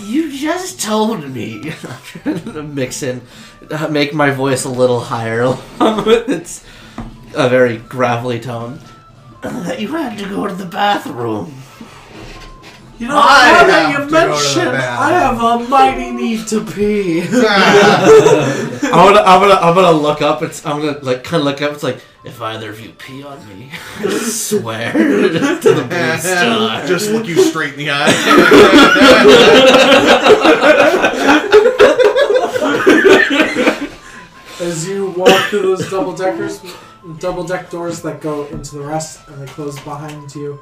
Speaker 5: You just told me. I'm trying to mix in, uh, make my voice a little higher. it's a very gravelly tone. That you had to go to the bathroom.
Speaker 1: You know,
Speaker 2: I
Speaker 1: now that
Speaker 2: have
Speaker 1: you
Speaker 2: to go to the
Speaker 1: mention, I have
Speaker 2: bathroom.
Speaker 1: a mighty need to pee.
Speaker 5: I'm gonna, I'm gonna, I'm gonna look up. It's, I'm gonna like kind of look up. It's like if either of you pee on me, I swear to the blue star.
Speaker 2: Just look you straight in the eye.
Speaker 1: As you walk through those double deckers, double deck doors that go into the rest, and they close behind you.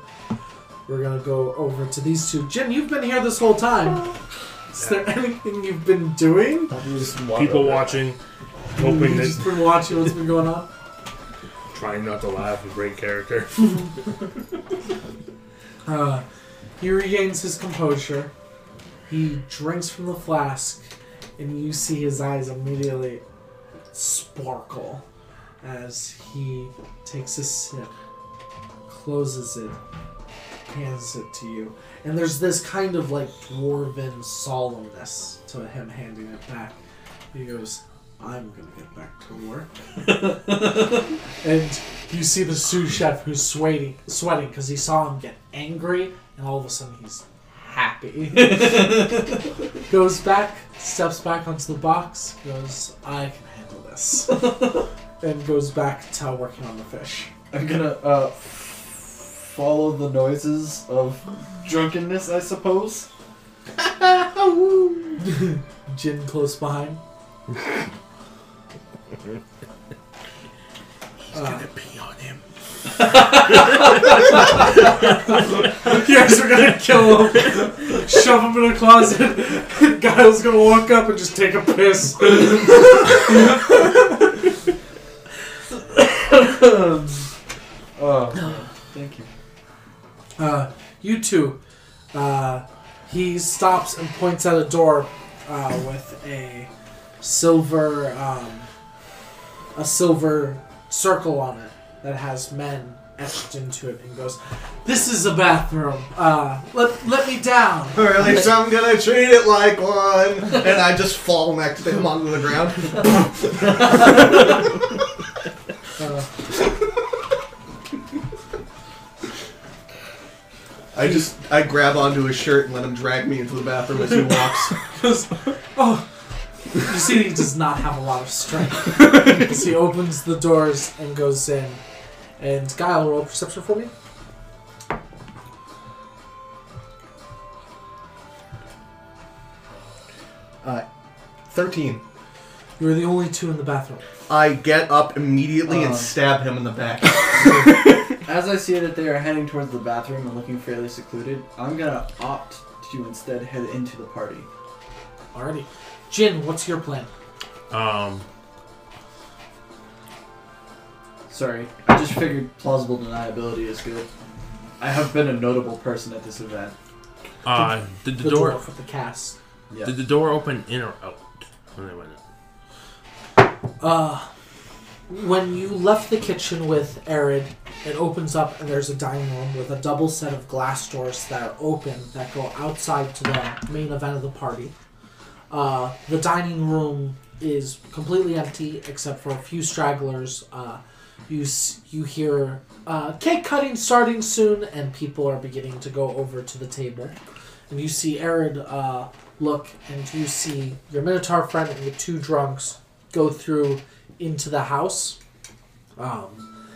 Speaker 1: We're gonna go over to these two. Jim, you've been here this whole time. Is there anything you've been doing?
Speaker 4: People watching, hoping
Speaker 1: You've just
Speaker 4: that,
Speaker 1: been watching what's been going on.
Speaker 4: trying not to laugh and break character.
Speaker 1: Uh, he regains his composure. He drinks from the flask, and you see his eyes immediately sparkle as he takes a sip, closes it, hands it to you. And there's this kind of like dwarven solemnness to him handing it back. He goes, I'm gonna get back to work. and you see the sous chef who's sweating sweating because he saw him get angry and all of a sudden he's happy. goes back, steps back onto the box, goes, I can handle this. and goes back to working on the fish.
Speaker 3: I'm gonna uh, follow the noises of drunkenness, I suppose.
Speaker 1: Jin close behind. He's gonna pee on him. yes, we're gonna kill him. Shove him in a closet. Guile's gonna walk up and just take a piss.
Speaker 3: Oh, thank you.
Speaker 1: Uh, you two, uh, he stops and points at a door uh, with a silver, um, a silver circle on it that has men etched into it, and goes, "This is a bathroom. Uh, let let me down."
Speaker 2: Or at least I'm gonna treat it like one. And I just fall next to him onto the ground.
Speaker 1: Uh,
Speaker 2: I just I grab onto his shirt and let him drag me into the bathroom as he walks.
Speaker 1: goes, "Oh." You see, he does not have a lot of strength. so he opens the doors and goes in. And Guile, roll perception for me.
Speaker 2: Uh, Thirteen.
Speaker 1: You were the only two in the bathroom.
Speaker 2: I get up immediately
Speaker 3: Uh.
Speaker 2: and stab him in the back.
Speaker 3: As I see that they are heading towards the bathroom and looking fairly secluded, I'm gonna opt to instead head into the party.
Speaker 1: Alrighty. Jin, what's your plan?
Speaker 4: Um,
Speaker 3: Sorry, I just figured plausible deniability is good. I have been a notable person at this event.
Speaker 4: uh, did the door
Speaker 1: dwarf with the cast.
Speaker 3: Yeah.
Speaker 4: did the door open in or out when they went in?
Speaker 1: Uh, when you left the kitchen with Arid, it opens up and there's a dining room with a double set of glass doors that are open that go outside to the main event of the party. Uh, the dining room is completely empty except for a few stragglers. Uh, you s- you hear uh, cake cutting starting soon, and people are beginning to go over to the table. And you see Arid uh, look, and you see your Minotaur friend and the two drunks go through into the house. Um,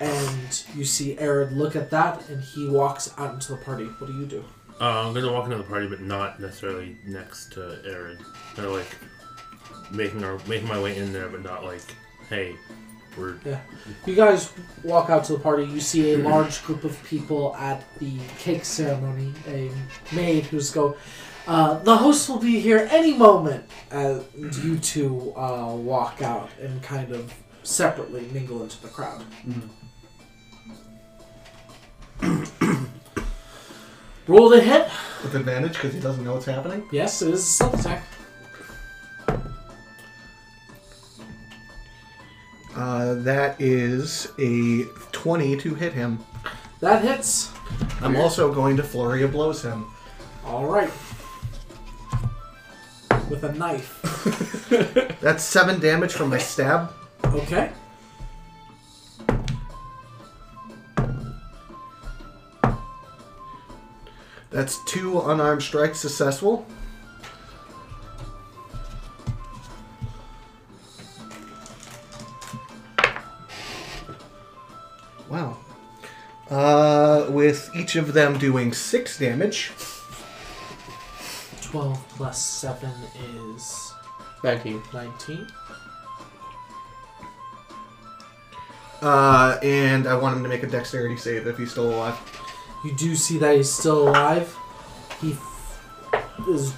Speaker 1: and you see Arid look at that, and he walks out into the party. What do you do?
Speaker 4: Uh, I'm gonna walk into the party, but not necessarily next to Aaron. Kind of like making our making my way in there, but not like, hey, we're
Speaker 1: Yeah. You guys walk out to the party. You see a large group of people at the cake ceremony. A maid who's go, uh, the host will be here any moment. And you two uh, walk out and kind of separately mingle into the crowd. Roll the hit.
Speaker 2: With advantage because he doesn't know what's happening.
Speaker 1: Yes, it is a stealth attack.
Speaker 2: Uh, that is a 20 to hit him.
Speaker 1: That hits.
Speaker 2: I'm also going to flurry of blows him.
Speaker 1: All right. With a knife.
Speaker 2: That's seven damage from my stab.
Speaker 1: Okay.
Speaker 2: That's two unarmed strikes successful. Wow. Uh, with each of them doing six damage.
Speaker 1: 12 plus 7 is
Speaker 5: 19.
Speaker 1: 19.
Speaker 2: Uh, and I want him to make a dexterity save if he's still alive.
Speaker 1: You do see that he's still alive. He f- is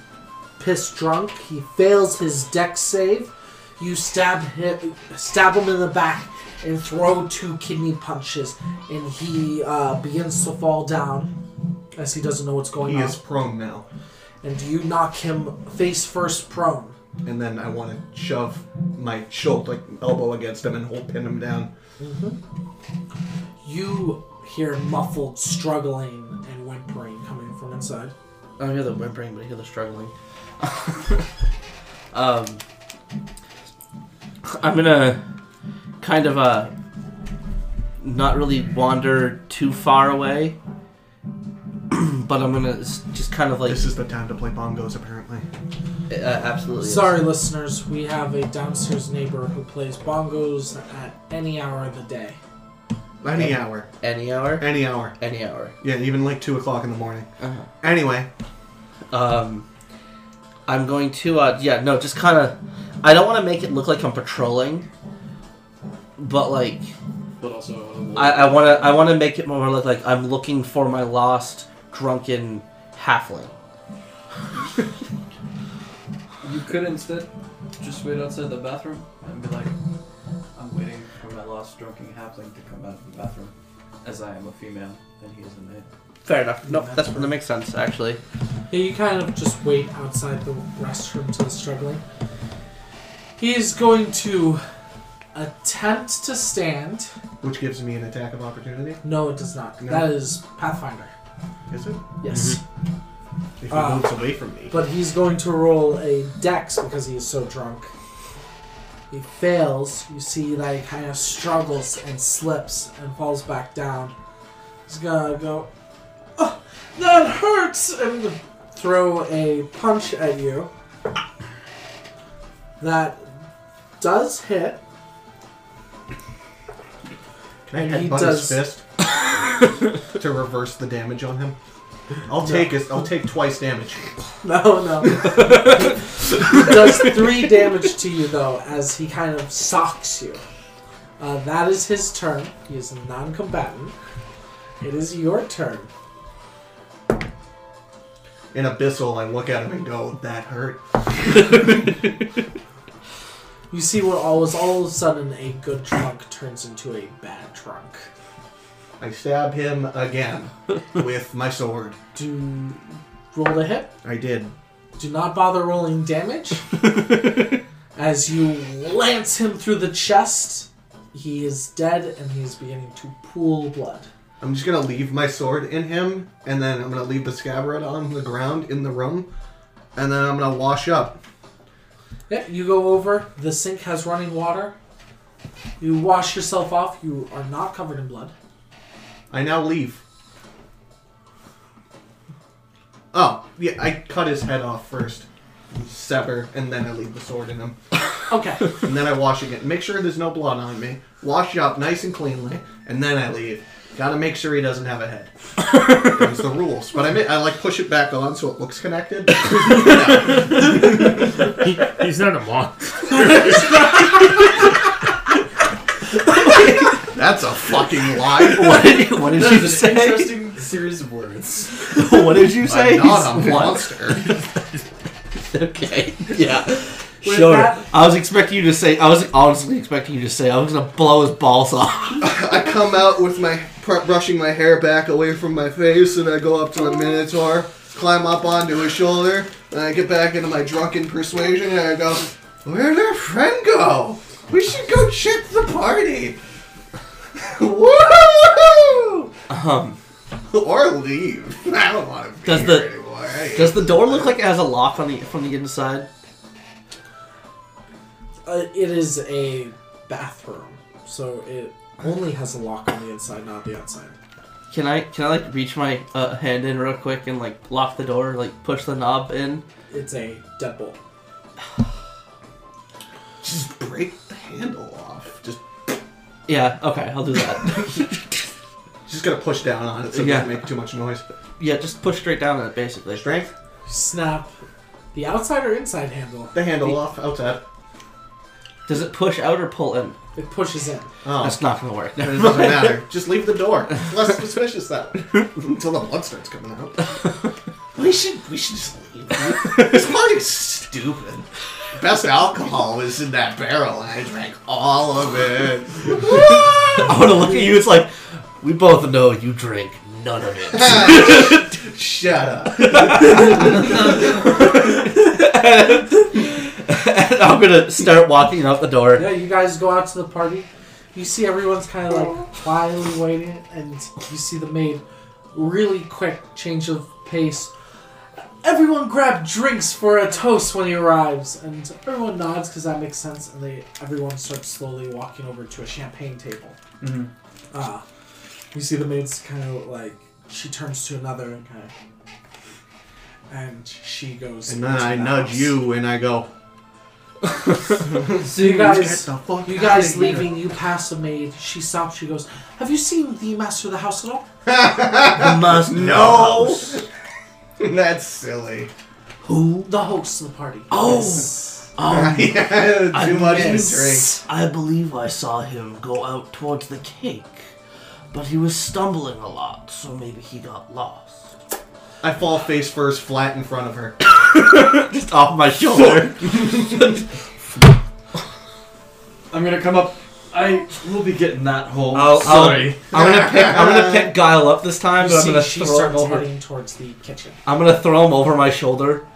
Speaker 1: piss drunk. He fails his deck save. You stab him, stab him in the back and throw two kidney punches, and he uh, begins to fall down as he doesn't know what's going
Speaker 2: He
Speaker 1: on.
Speaker 2: is prone now.
Speaker 1: And you knock him face first prone.
Speaker 2: And then I want to shove my shoulder, like elbow against him and hold pin him down.
Speaker 1: You hear muffled struggling and whimpering coming from inside.
Speaker 5: I don't hear the whimpering, but I hear the struggling. um, I'm gonna kind of uh, not really wander too far away, but I'm gonna s- just kind of like
Speaker 2: This is the time to play bongos, apparently.
Speaker 5: uh, absolutely. is.
Speaker 1: Sorry, listeners, we have a downstairs neighbor who plays bongos at any hour of the day.
Speaker 2: Any hour.
Speaker 5: Any hour.
Speaker 2: Any hour.
Speaker 5: Any hour.
Speaker 2: Yeah, even like 2 o'clock in the morning.
Speaker 5: Uh-huh.
Speaker 2: Anyway,
Speaker 5: Um, I'm going to, uh, yeah, no, just kind of. I don't want to make it look like I'm patrolling, but like
Speaker 6: But also, uh,
Speaker 5: I, I want to, I want to make it more look like I'm looking for my lost drunken halfling.
Speaker 6: you could instead just wait outside the bathroom and be like, I'm waiting for my lost drunken halfling to come out of the bathroom, as I am a female and he is a male.
Speaker 5: Fair enough. No, that's that makes sense actually.
Speaker 1: Yeah, you kind of just wait outside the restroom to the struggling. He is going to attempt to stand.
Speaker 2: which gives me an attack of opportunity.
Speaker 1: No, it does not.
Speaker 2: No.
Speaker 1: That is Pathfinder.
Speaker 2: Is it?
Speaker 1: Yes.
Speaker 2: If he
Speaker 1: Uh,
Speaker 2: moves away from me.
Speaker 1: But he's going to roll a dex because he is so drunk. He fails. You see that he kind of struggles and slips and falls back down. He's gonna go, oh, that hurts! And throw a punch at you. That does hit.
Speaker 2: Can I
Speaker 1: and he
Speaker 2: headbutt
Speaker 1: does-
Speaker 2: his fist to reverse the damage on him? I'll take his, I'll take twice damage.
Speaker 1: No, no. He does three damage to you though, as he kind of socks you. Uh, that is his turn. He is non-combatant. It is your turn.
Speaker 2: In Abyssal, I look at him and go, that hurt.
Speaker 1: You see what all is all of a sudden a good trunk turns into a bad trunk.
Speaker 2: I stab him again with my sword.
Speaker 1: Do roll the hit.
Speaker 2: I did.
Speaker 1: Do not bother rolling damage. as you lance him through the chest, he is dead and he is beginning to pool blood.
Speaker 2: I'm just gonna leave my sword in him, and then I'm gonna leave the scabbard on the ground in the room, and then I'm gonna wash up.
Speaker 1: Yeah, you go over. The sink has running water. You wash yourself off. You are not covered in blood.
Speaker 2: I now leave. Oh, yeah, I cut his head off first. Sever, and then I leave the sword in him.
Speaker 1: Okay.
Speaker 2: And then I wash again. Make sure there's no blood on me. Wash up nice and cleanly, and then I leave. Gotta make sure he doesn't have a head. That's the rules. But I, ma- I like push it back on so it looks connected.
Speaker 4: He, he's not a monster.
Speaker 2: That's a fucking lie.
Speaker 5: What did, what did you
Speaker 6: That's an
Speaker 5: say?
Speaker 6: interesting series of words.
Speaker 5: what did you say?
Speaker 2: I'm not a
Speaker 5: What?
Speaker 2: monster.
Speaker 5: Okay. Yeah. Sure.
Speaker 1: that-
Speaker 5: I was expecting you to say. I was honestly expecting you to say. I was gonna blow his balls off.
Speaker 2: I come out with my pr- brushing my hair back away from my face, and I go up to the minotaur, climb up onto his shoulder, and I get back into my drunken persuasion, and I go, "Where'd our friend go? We should go check the party." Woo!
Speaker 5: Um.
Speaker 2: Or leave. I don't want to be
Speaker 5: Does
Speaker 2: here
Speaker 5: the-
Speaker 2: anymore. I-
Speaker 5: Does the door look like it has a lock on the from the inside?
Speaker 1: Uh, it is a bathroom, so it only has a lock on the inside, not the outside.
Speaker 5: Can I can I like reach my uh, hand in real quick and like lock the door, like push the knob in?
Speaker 1: It's a deadbolt.
Speaker 2: just break the handle off? Just
Speaker 5: Yeah. Okay, I'll do that.
Speaker 2: just gotta push down on it so it
Speaker 5: Yeah.
Speaker 2: doesn't make too much noise.
Speaker 5: yeah, just push straight down on it, basically.
Speaker 2: Strength.
Speaker 1: Snap the outside or inside handle.
Speaker 2: The handle off outside.
Speaker 5: Does it push out or pull in?
Speaker 1: It pushes in.
Speaker 2: Oh.
Speaker 5: That's not gonna work.
Speaker 2: It doesn't matter. Just leave the door. It's less suspicious that way. Until the blood starts coming out. We should we should just leave. this party's stupid. Best alcohol was in that barrel, and I drank all of it.
Speaker 5: I want to look at you. It's like we both know you drink none of it.
Speaker 2: Shut up.
Speaker 5: and I'm gonna start walking out the door.
Speaker 1: Yeah, you guys go out to the party. you see everyone's kind of like quietly waiting, and you see the maid really quick change of pace. Everyone grab drinks for a toast when he arrives, and everyone nods because that makes sense. And they everyone starts slowly walking over to a champagne table.
Speaker 3: Mhm.
Speaker 1: Ah, you see the maid's kind of like she turns to another and kind of, and she goes.
Speaker 2: And then
Speaker 1: into
Speaker 2: I
Speaker 1: the
Speaker 2: nudge
Speaker 1: house.
Speaker 2: you and I go,
Speaker 1: So you guys,
Speaker 2: Get the fuck
Speaker 1: you
Speaker 2: outta
Speaker 1: guys
Speaker 2: here.
Speaker 1: leaving, you pass a maid. She stops. She goes, "Have you seen the master of the house at all?"
Speaker 5: must
Speaker 2: No! That's silly.
Speaker 5: Who?
Speaker 1: The host of the party.
Speaker 5: Oh.
Speaker 1: Yes.
Speaker 5: Oh,
Speaker 2: Yeah,
Speaker 5: I
Speaker 2: too much to
Speaker 5: missed.
Speaker 2: drink.
Speaker 5: I believe I saw him go out towards the cake, but he was stumbling a lot, so maybe he got lost.
Speaker 2: I fall face first flat in front of her.
Speaker 5: Just off my shoulder.
Speaker 3: I'm gonna come up. I will be getting that
Speaker 5: Oh,
Speaker 3: hole. Sorry.
Speaker 5: I'm gonna pick. I'm gonna pick Guile up this time,
Speaker 1: You
Speaker 5: but I'm
Speaker 1: see,
Speaker 5: gonna
Speaker 1: she
Speaker 5: throw him
Speaker 1: starts
Speaker 5: over.
Speaker 1: heading towards the kitchen.
Speaker 5: I'm gonna throw him over my shoulder,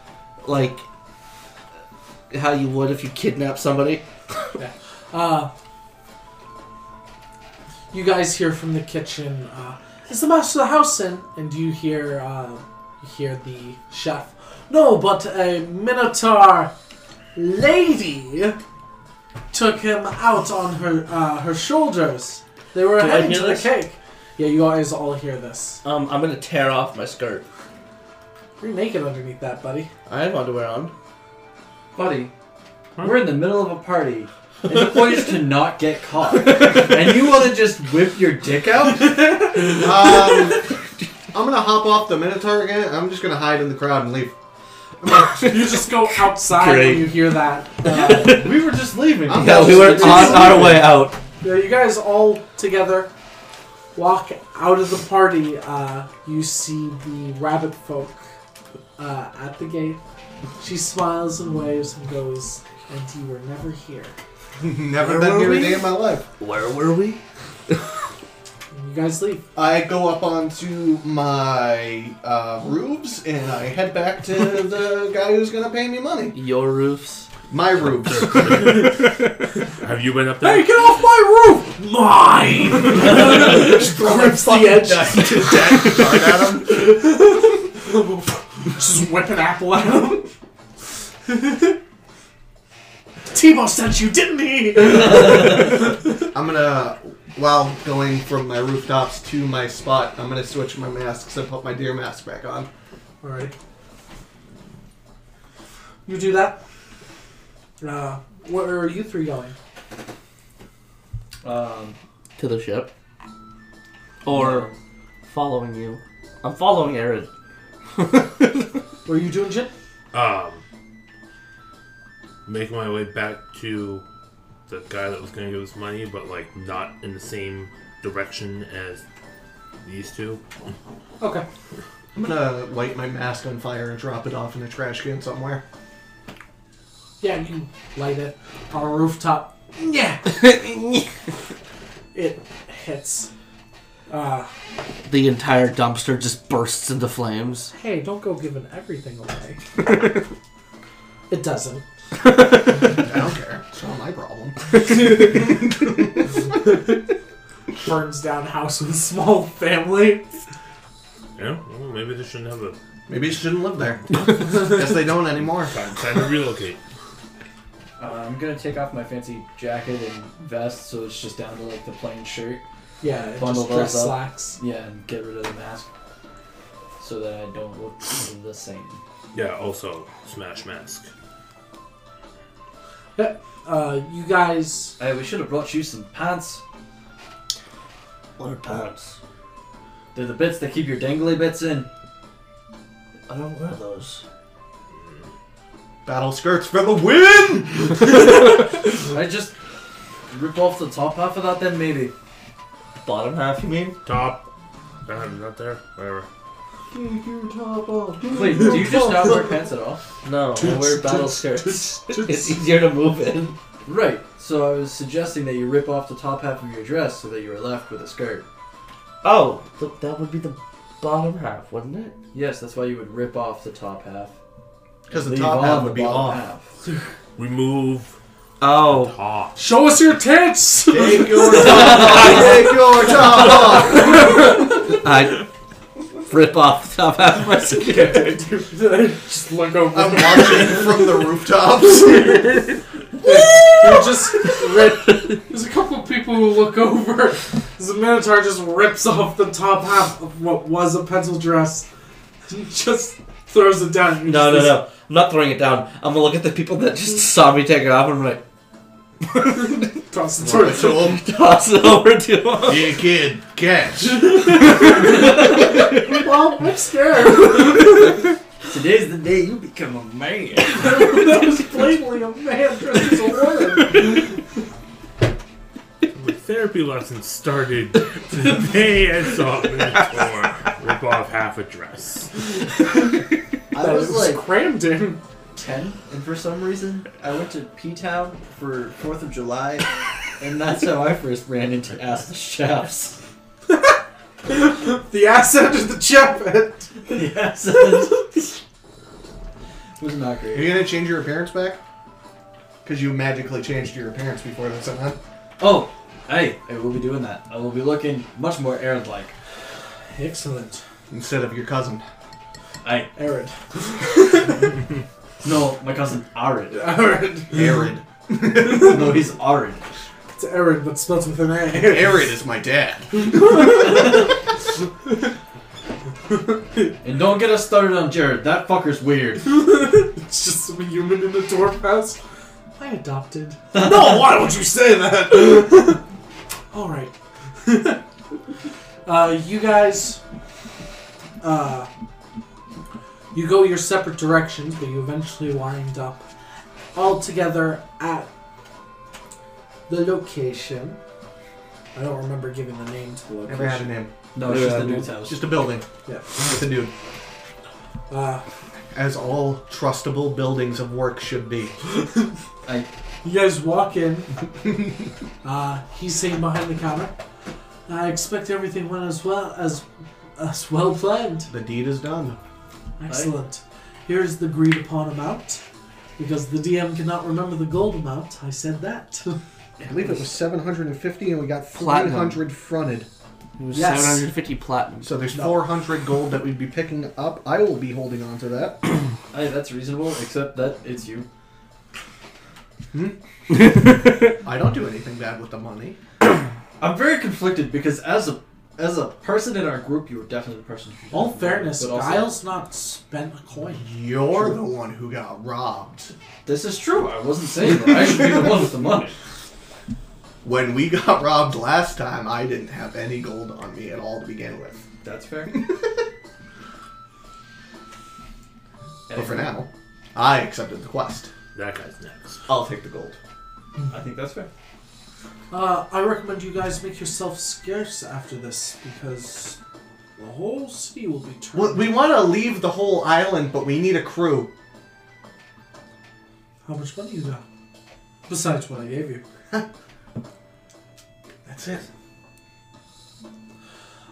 Speaker 5: like how you would if you kidnap somebody.
Speaker 1: Uh, you guys hear from the kitchen. Uh, Is the master of the house in? And you hear, uh, you hear the chef. No, but a minotaur lady took him out on her uh, her shoulders. They were
Speaker 5: Do I
Speaker 1: heading
Speaker 5: hear
Speaker 1: to the
Speaker 5: this?
Speaker 1: cake. Yeah, you guys all hear this.
Speaker 5: Um, I'm gonna tear off my skirt.
Speaker 1: You're naked underneath that, buddy.
Speaker 5: I have underwear on.
Speaker 6: Buddy, we're in the middle of a party, and the point is to not get caught. and you want to just whip your dick out?
Speaker 2: Um, I'm gonna hop off the Minotaur again. I'm just gonna hide in the crowd and leave.
Speaker 1: You just go outside
Speaker 5: Great.
Speaker 1: when you hear that. Uh,
Speaker 6: we were just leaving.
Speaker 2: I'm
Speaker 5: Yeah, we were
Speaker 2: It's
Speaker 5: on our way out.
Speaker 1: Yeah, you guys all together walk out of the party. Uh, you see the rabbit folk uh, at the gate. She smiles and waves and goes, and you were never here.
Speaker 2: Never
Speaker 5: Where
Speaker 2: been
Speaker 5: were
Speaker 2: here
Speaker 5: we?
Speaker 2: a day in my life.
Speaker 5: Where were we?
Speaker 1: And you guys leave.
Speaker 2: I go up onto my uh, roofs and I head back to the guy who's gonna pay me money.
Speaker 5: Your roofs.
Speaker 2: My roofs.
Speaker 4: Have you been up
Speaker 1: Hey,
Speaker 4: there?
Speaker 1: get off my roof! Mine!
Speaker 2: just
Speaker 1: grips the edge.
Speaker 2: at him.
Speaker 1: Just whip an apple at him. Tebow sent you, didn't he?
Speaker 2: I'm gonna, while going from my rooftops to my spot, I'm gonna switch my masks and put my deer mask back on.
Speaker 1: Alright. You do that. Uh, where are you three going?
Speaker 3: Um,
Speaker 5: To the ship. Or following you. I'm following Aaron.
Speaker 1: Were you doing shit?
Speaker 4: Um, make my way back to the guy that was going to give us money, but like not in the same direction as these two.
Speaker 1: Okay.
Speaker 2: I'm gonna light my mask on fire and drop it off in a trash can somewhere.
Speaker 1: Yeah, you light it on a rooftop. Yeah. It hits. Uh,
Speaker 5: the entire dumpster just bursts into flames.
Speaker 1: hey, don't go giving everything away. it doesn't.
Speaker 2: I don't care. It's not my problem.
Speaker 1: Burns down house with small family.
Speaker 4: Yeah, well, maybe they shouldn't have a
Speaker 2: Maybe you shouldn't live there. Guess they don't anymore.
Speaker 4: time, time to relocate.
Speaker 3: uh, I'm gonna take off my fancy jacket and vest, so it's just down to like the plain shirt.
Speaker 1: Yeah, it
Speaker 3: Bundle
Speaker 1: just dress
Speaker 3: those up.
Speaker 1: slacks.
Speaker 3: Yeah, and get rid of the mask, so that I don't look the same.
Speaker 4: Yeah, also smash mask.
Speaker 1: Uh, you guys.
Speaker 6: Hey, we should have brought you some pants.
Speaker 5: What are pants?
Speaker 6: They're the bits that keep your dangly bits in.
Speaker 5: I don't wear those.
Speaker 2: Battle skirts for the win!
Speaker 6: I just rip off the top half of that, then maybe.
Speaker 5: Bottom half, you mean?
Speaker 4: Top. Uh, not there. Whatever.
Speaker 6: Wait, do you just not wear pants at all?
Speaker 5: No, I wear battle skirts. It's easier to move in.
Speaker 6: Right. So I was suggesting that you rip off the top half of your dress so that you are left with a skirt.
Speaker 5: Oh, th- that would be the bottom half, wouldn't it?
Speaker 6: Yes, that's why you would rip off the top half.
Speaker 2: Because the
Speaker 6: Leave
Speaker 2: top
Speaker 6: on
Speaker 2: hat
Speaker 6: the
Speaker 2: would be
Speaker 6: bottom
Speaker 2: off.
Speaker 6: half.
Speaker 4: Remove
Speaker 5: Oh,
Speaker 4: Top.
Speaker 1: Show us your tits!
Speaker 2: Take your top. Take your top.
Speaker 5: I rip off the top half of my skirt.
Speaker 4: Just look over.
Speaker 2: I'm watching from the rooftops.
Speaker 1: You just rip. There's a couple of people who look over. The Minotaur just rips off the top half of what was a pencil dress and just throws it down. You're
Speaker 5: No, no,
Speaker 1: just
Speaker 5: no. I'm not throwing it down. I'm gonna look at the people that just saw me take it off and I'm like,
Speaker 1: Toss it
Speaker 2: Throw it
Speaker 1: towards
Speaker 2: to 'em.
Speaker 5: toss it over to them.
Speaker 4: Yeah, kid, catch.
Speaker 1: Well, I'm scared.
Speaker 6: Today's the day you become a man.
Speaker 1: that was plainly a man dressed as a woman.
Speaker 4: My therapy lesson started the day I saw Minotaur rip off half a dress.
Speaker 6: I was like
Speaker 1: crammed in.
Speaker 6: 10, and for some reason, I went to P Town for 4th of July, and that's how I first ran into Ask the Chefs.
Speaker 1: The ass end of the chap end.
Speaker 6: yes. it was not
Speaker 2: Are
Speaker 6: great.
Speaker 2: you gonna change your appearance back? Because you magically changed your appearance before this event.
Speaker 6: Oh, hey, I will be doing that. I will be looking much more Aaron like.
Speaker 1: Excellent.
Speaker 2: Instead of your cousin.
Speaker 6: I.
Speaker 1: Arid.
Speaker 6: No, my cousin Arid.
Speaker 1: Arid.
Speaker 2: Arid.
Speaker 6: no, he's Arid.
Speaker 1: It's Arid, but spelled with an A.
Speaker 2: Arid is my dad.
Speaker 6: And don't get us started on Jared. That fucker's weird.
Speaker 1: It's just some human in a dwarf house. Am I adopted? no, why would you say that? All right. uh, you guys, uh, you go your separate directions, but you eventually wind up all together at the location. I don't remember giving the name to the location.
Speaker 2: Never had a name.
Speaker 6: No, it's just the dude's house.
Speaker 2: It's just a building
Speaker 1: Yeah.
Speaker 2: with a dude.
Speaker 1: Uh,
Speaker 2: As all trustable buildings of work should be.
Speaker 6: I,
Speaker 1: You guys walk in. uh, he's sitting behind the counter. I expect everything went as well as as well planned.
Speaker 2: The deed is done.
Speaker 1: Excellent. Here's the agreed upon amount. Because the DM cannot remember the gold amount, I said that.
Speaker 2: I believe it was 750 and we got
Speaker 5: Platinum.
Speaker 2: 300 fronted.
Speaker 5: It was
Speaker 1: Yes.
Speaker 5: 750 platinum.
Speaker 2: So there's
Speaker 1: No.
Speaker 2: 400 gold that we'd be picking up. I will be holding on to that.
Speaker 6: I, that's reasonable, except that it's you.
Speaker 2: I don't do anything bad with the money.
Speaker 6: I'm very conflicted because as a as a person in our group, you were definitely the person. Who
Speaker 1: All fairness,
Speaker 6: But also-
Speaker 1: Giles not spent a coin.
Speaker 2: You're the one who got robbed.
Speaker 6: This is true. I wasn't saying that. I should be the one with the money.
Speaker 2: When we got robbed last time, I didn't have any gold on me at all to begin with.
Speaker 6: That's fair.
Speaker 2: But for now, I accepted the quest.
Speaker 4: That guy's next.
Speaker 2: I'll take the gold.
Speaker 6: I think that's fair.
Speaker 1: Uh, I recommend you guys make yourself scarce after this because the whole city will be
Speaker 2: Well,
Speaker 1: turned.
Speaker 2: we want to leave the whole island, but we need a crew.
Speaker 1: How much money you got? Besides what I gave you.
Speaker 2: That's it.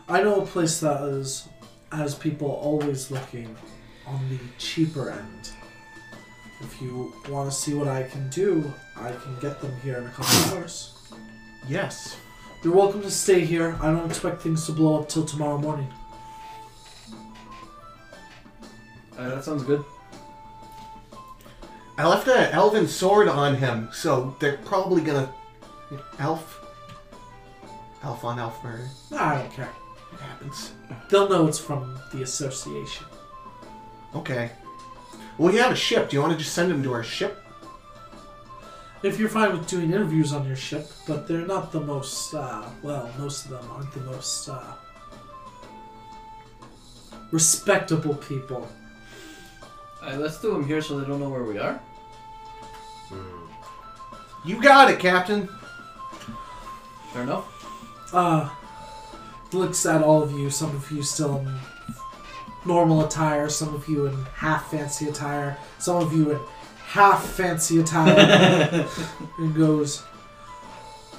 Speaker 1: I know a place that is has people always looking on the cheaper end. If you want to see what I can do, I can get them here in a couple hours.
Speaker 2: Yes.
Speaker 1: You're welcome to stay here. I don't expect things to blow up till tomorrow morning.
Speaker 6: Uh, that sounds good.
Speaker 2: I left a elven sword on him, so they're probably gonna elf. Elf on elf murder.
Speaker 1: Nah, I don't care.
Speaker 2: It happens.
Speaker 1: They'll know it's from the association.
Speaker 2: Okay. Well, we have a ship. Do you want to just send him to our ship?
Speaker 1: If you're fine with doing interviews on your ship, but they're not the most, uh, well, most of them aren't the most, uh, respectable people.
Speaker 6: All right, let's do them here so they don't know where we are.
Speaker 2: You got it, Captain.
Speaker 6: Fair enough.
Speaker 1: uh, looks at all of you. Some of you still in normal attire, some of you in half fancy attire, some of you in half fancy attire, and goes,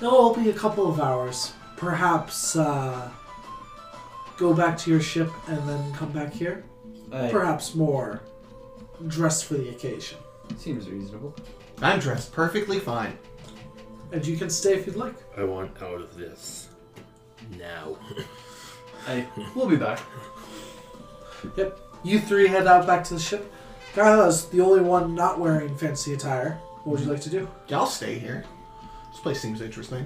Speaker 1: "No, it'll be a couple of hours. Perhaps uh, go back to your ship and then come back here.
Speaker 6: Aye,
Speaker 1: Perhaps more dressed for the occasion."
Speaker 6: seems reasonable.
Speaker 2: I'm dressed perfectly fine.
Speaker 1: And you can stay if you'd like.
Speaker 4: I want out of this now.
Speaker 3: Hey, we'll be back.
Speaker 1: Yep. You three head out back to the ship. Carlos, the only one not wearing fancy attire. What would you like to do?
Speaker 2: Yeah, I'll stay here. This place seems interesting.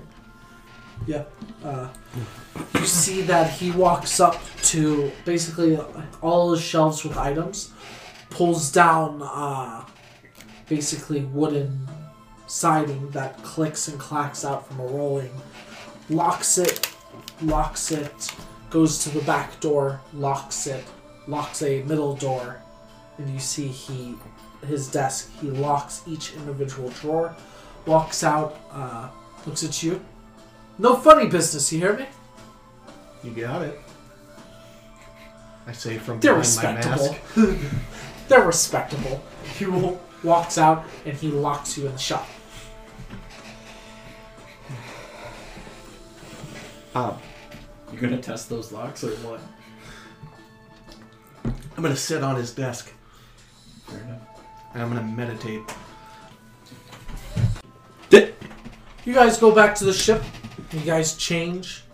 Speaker 1: Yeah. Uh, you see that he walks up to basically all his shelves with items, pulls down uh, basically wooden siding that clicks and clacks out from a rolling, locks it, locks it, goes to the back door, locks it, locks a middle door, and you see he his desk. He locks each individual drawer, walks out, uh, looks at you. No funny business, you hear me?
Speaker 2: You got it. I say from
Speaker 1: They're
Speaker 2: behind my mask.
Speaker 1: respectable. They're respectable. He wa- walks out and he locks you in the shop.
Speaker 5: Um,
Speaker 3: You gonna test those locks or what?
Speaker 2: I'm gonna sit on his desk
Speaker 3: Fair enough.
Speaker 2: and I'm gonna meditate.
Speaker 1: You guys go back to the ship. You guys change,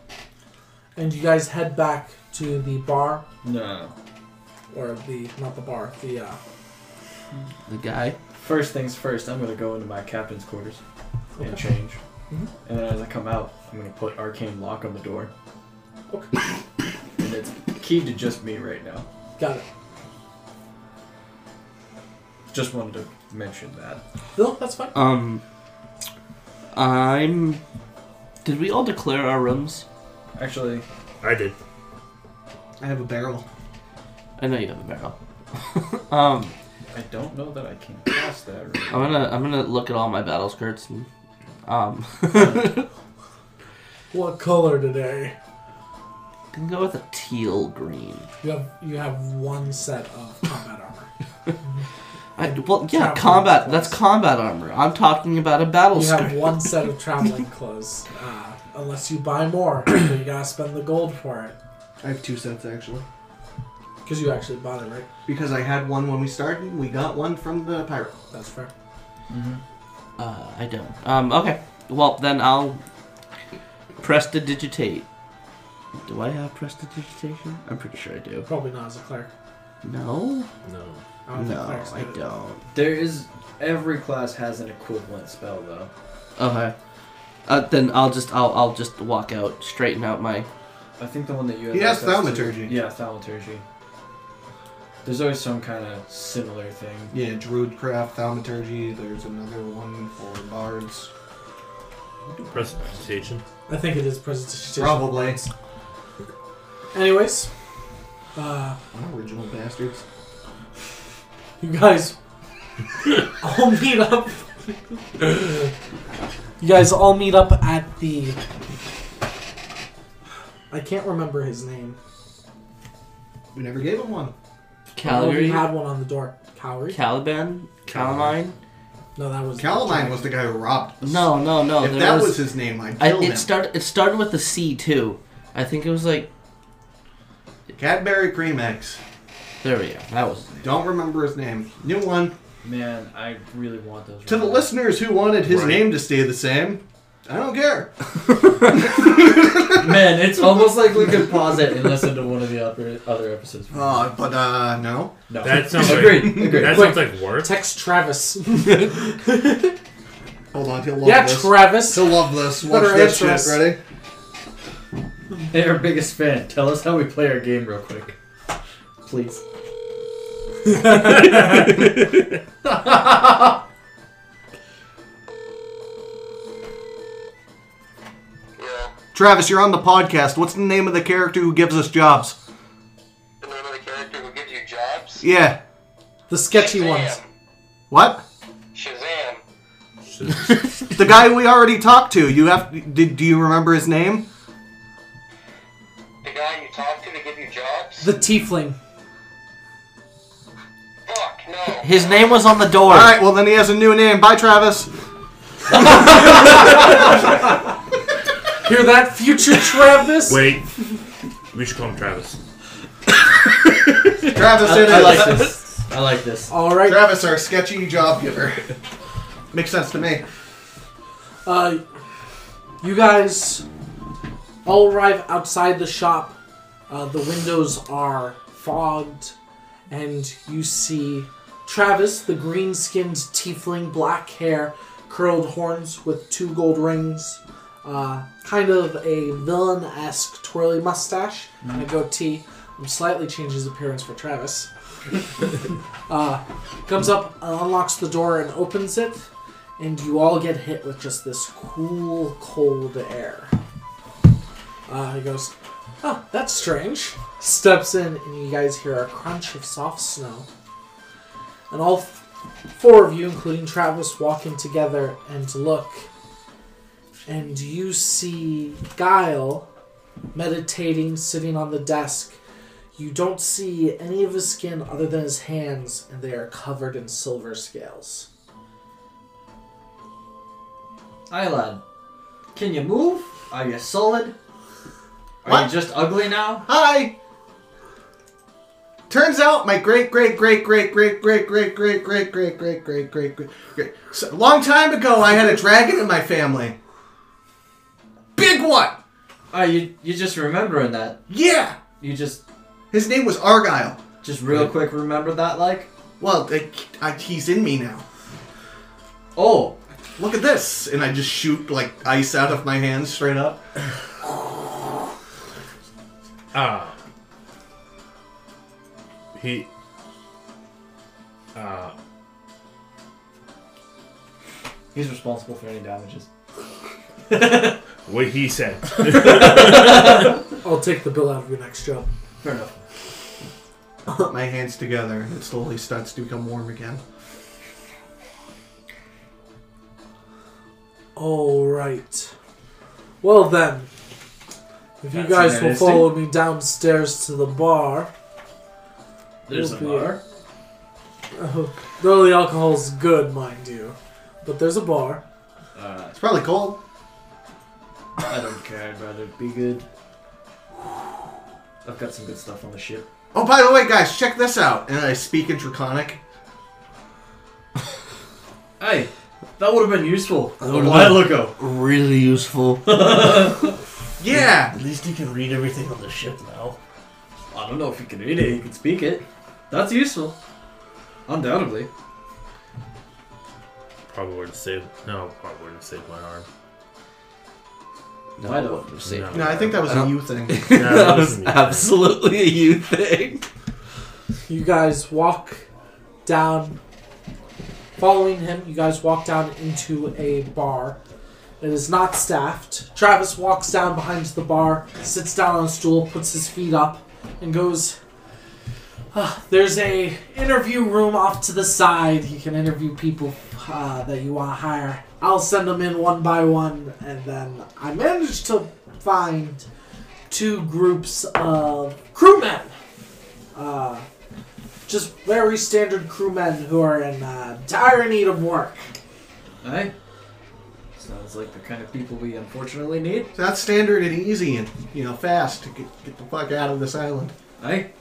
Speaker 1: and you guys head back to the bar
Speaker 3: No.
Speaker 1: or the not the bar, the uh,
Speaker 5: the guy.
Speaker 3: First things first, I'm gonna go into my captain's quarters and
Speaker 1: Okay.
Speaker 3: change.
Speaker 5: Mm-hmm.
Speaker 1: Mhm.
Speaker 3: And then as I come out, I'm gonna put arcane lock on the door.
Speaker 1: Okay.
Speaker 3: and it's keyed to just me right now.
Speaker 1: got it.
Speaker 3: Just wanted to mention that.
Speaker 1: No, that's fine.
Speaker 5: Um, I'm. Did we all declare our rooms?
Speaker 3: Actually,
Speaker 4: I did.
Speaker 2: I have a barrel.
Speaker 5: I know you have a barrel. um,
Speaker 3: I don't know that I can cross that room.
Speaker 5: I'm gonna I'm gonna look at all my battle skirts and um,
Speaker 1: What color today?
Speaker 5: can go with a teal green.
Speaker 1: You have you have one set of combat armor.
Speaker 5: I, well, yeah,
Speaker 1: Traveling
Speaker 5: combat.
Speaker 1: clothes.
Speaker 5: That's combat armor. I'm talking about a battle
Speaker 2: Oh,
Speaker 1: You have
Speaker 5: skirt.
Speaker 1: one set of traveling clothes, uh, unless you buy more. so you gotta spend the gold for it
Speaker 2: I have two sets actually.
Speaker 1: because you actually bought it, right?
Speaker 2: Because I had one when we started, we got one from the pirate.
Speaker 1: That's fair.
Speaker 6: Mm-hmm.
Speaker 5: Uh, I don't. Um, okay. Well, then I'll prestidigitate. Do I have prestidigitation? I'm pretty sure I do.
Speaker 1: Probably not as a cleric.
Speaker 5: No,
Speaker 4: No.
Speaker 1: I don't think
Speaker 5: no,
Speaker 1: clerics
Speaker 5: I
Speaker 1: do it.
Speaker 5: don't.
Speaker 6: There is every class has an equivalent spell though.
Speaker 5: Okay. Uh, then I'll just I'll I'll just walk out, straighten out my.
Speaker 6: I think the one that you had
Speaker 2: He has
Speaker 6: access to-
Speaker 2: thaumaturgy.
Speaker 6: Yeah, thaumaturgy. There's always some kind of similar thing.
Speaker 2: Yeah, druidcraft, thaumaturgy. There's another one for bards.
Speaker 4: Prestidigitation.
Speaker 1: I think it is presentation.
Speaker 2: Probably.
Speaker 1: Anyways, uh,
Speaker 2: Original bastards.
Speaker 1: you guys all meet up. you guys all meet up at the. I can't remember his name.
Speaker 2: We never gave him one.
Speaker 1: We
Speaker 5: Calgary,
Speaker 1: had one on the door. Cowrie?
Speaker 5: Caliban, Calamine.
Speaker 1: No, that was.
Speaker 2: Calamine was the guy who robbed us.
Speaker 5: No, no, no.
Speaker 2: If
Speaker 5: there
Speaker 2: that was, his name, I'd
Speaker 5: I,
Speaker 2: kill him.
Speaker 5: it started. It started with the C too. I think it was like
Speaker 2: Cadbury Cream Eggs.
Speaker 5: there we go. That was
Speaker 2: Don't remember his name. New one.
Speaker 6: Man, I really want those.
Speaker 2: To the
Speaker 6: right now.
Speaker 2: listeners who wanted his
Speaker 4: Right.
Speaker 2: name to stay the same, I don't care.
Speaker 6: Man, it's almost like we could pause it and listen to one of the other other episodes.
Speaker 2: Uh, but uh, no.
Speaker 6: no,
Speaker 4: That sounds like
Speaker 6: agreed. agreed.
Speaker 4: that sounds like work.
Speaker 1: Text Travis.
Speaker 2: Hold on, he'll love
Speaker 1: yeah,
Speaker 2: this.
Speaker 1: Travis.
Speaker 2: he'll love this. Watch
Speaker 1: Better
Speaker 2: this shit.
Speaker 1: answer us.
Speaker 2: Ready?
Speaker 6: Hey, our biggest fan, tell us how we play our game real quick, please.
Speaker 7: Yeah,
Speaker 2: Travis, you're on the podcast. What's the name of the character who gives us jobs?
Speaker 7: the name of the character who gives you jobs?
Speaker 2: Yeah.
Speaker 1: The sketchy ones.
Speaker 2: What?
Speaker 7: Shazam.
Speaker 2: The guy we already talked to. You have. Did do you remember his name?
Speaker 7: The guy you talk to to give you jobs?
Speaker 1: The tiefling.
Speaker 7: Fuck, no.
Speaker 5: his name was on the door.
Speaker 2: All right. Well, then he has a new name. Bye, Travis.
Speaker 1: Hear that, future Travis?
Speaker 4: Wait. We should call him Travis.
Speaker 2: Travis, it
Speaker 6: I,
Speaker 2: is.
Speaker 6: I like this. I like this.
Speaker 1: All right.
Speaker 2: Travis, our sketchy job giver. Makes sense to me.
Speaker 1: Uh, you guys all arrive outside the shop. Uh, the windows are fogged, and you see Travis, the green skinned tiefling, black hair, curled horns with two gold rings, uh, kind of a villain esque twirly mustache, and a goatee. Um, slightly changed his appearance for Travis. uh, comes up, unlocks the door, and opens it and you all get hit with just this cool, cold air. Uh, he goes, Oh, that's strange. Steps in, and you guys hear a crunch of soft snow. And all f- four of you, including Travis, walk in together and look. And you see Guile meditating, sitting on the desk. You don't see any of his skin other than his hands, and they are covered in silver scales.
Speaker 6: Aye, lad. Can you move? Are you solid? Are
Speaker 2: What?
Speaker 6: you just ugly now?
Speaker 2: Hi. Turns out my great great great great great great great great great great great great great great great so, long time ago I had a dragon in my family. Big one.
Speaker 6: Are you you just remembering that?
Speaker 2: Yeah.
Speaker 6: You just
Speaker 2: His name was Argyle.
Speaker 6: just real quick remember that like?
Speaker 2: Well, I, I, he's in me now.
Speaker 6: Oh,
Speaker 2: Look at this, and I just shoot like ice out of my hands straight up.
Speaker 4: Ah. He. Uh,
Speaker 6: he's responsible for any damages.
Speaker 4: what he said.
Speaker 1: I'll take the bill out of your next job.
Speaker 6: Fair enough.
Speaker 2: Put my hands together, and it slowly starts to become warm again.
Speaker 1: All right. Well then, if you
Speaker 6: That's
Speaker 1: guys will
Speaker 6: interesting.
Speaker 1: follow me downstairs to the bar,
Speaker 6: There's a
Speaker 1: It'll be-
Speaker 6: bar.
Speaker 1: though the alcohol's good, mind you, but there's a bar.
Speaker 6: Uh,
Speaker 2: It's probably cold.
Speaker 6: I don't care. I'd rather be good. I've got some good stuff on the ship.
Speaker 2: Oh, by the way, guys, check this out. And I speak in Draconic.
Speaker 6: Hey, that would have been useful a
Speaker 5: would've
Speaker 6: while ago.
Speaker 5: Really useful.
Speaker 2: Yeah.
Speaker 5: At least you can read everything on the ship now.
Speaker 6: I don't know if you can read it. You can speak it. That's useful. Undoubtedly.
Speaker 4: probably would have saved. No, probably would have saved my arm.
Speaker 5: No,
Speaker 6: I
Speaker 5: I
Speaker 6: don't
Speaker 5: don't see.
Speaker 4: No.
Speaker 2: No, I think that was
Speaker 5: I
Speaker 2: a
Speaker 5: don't-
Speaker 2: you thing.
Speaker 4: Yeah,
Speaker 5: that
Speaker 4: that
Speaker 5: was
Speaker 4: was-
Speaker 5: absolutely a you thing.
Speaker 1: You guys walk down. Following him, you guys walk down into a bar. It is not staffed. Travis walks down behind the bar, sits down on a stool, puts his feet up, and goes. "Ah, there's a interview room off to the side. You can interview people uh, that you want to hire. I'll send them in one by one, and then I managed to find two groups of crewmen. Uh, just very standard crewmen who are in uh, dire need of work.
Speaker 6: Hey. Sounds like the kind of people we unfortunately need.
Speaker 2: It's not standard and easy and, you know, fast to get, get the fuck out of this island.
Speaker 6: Hey.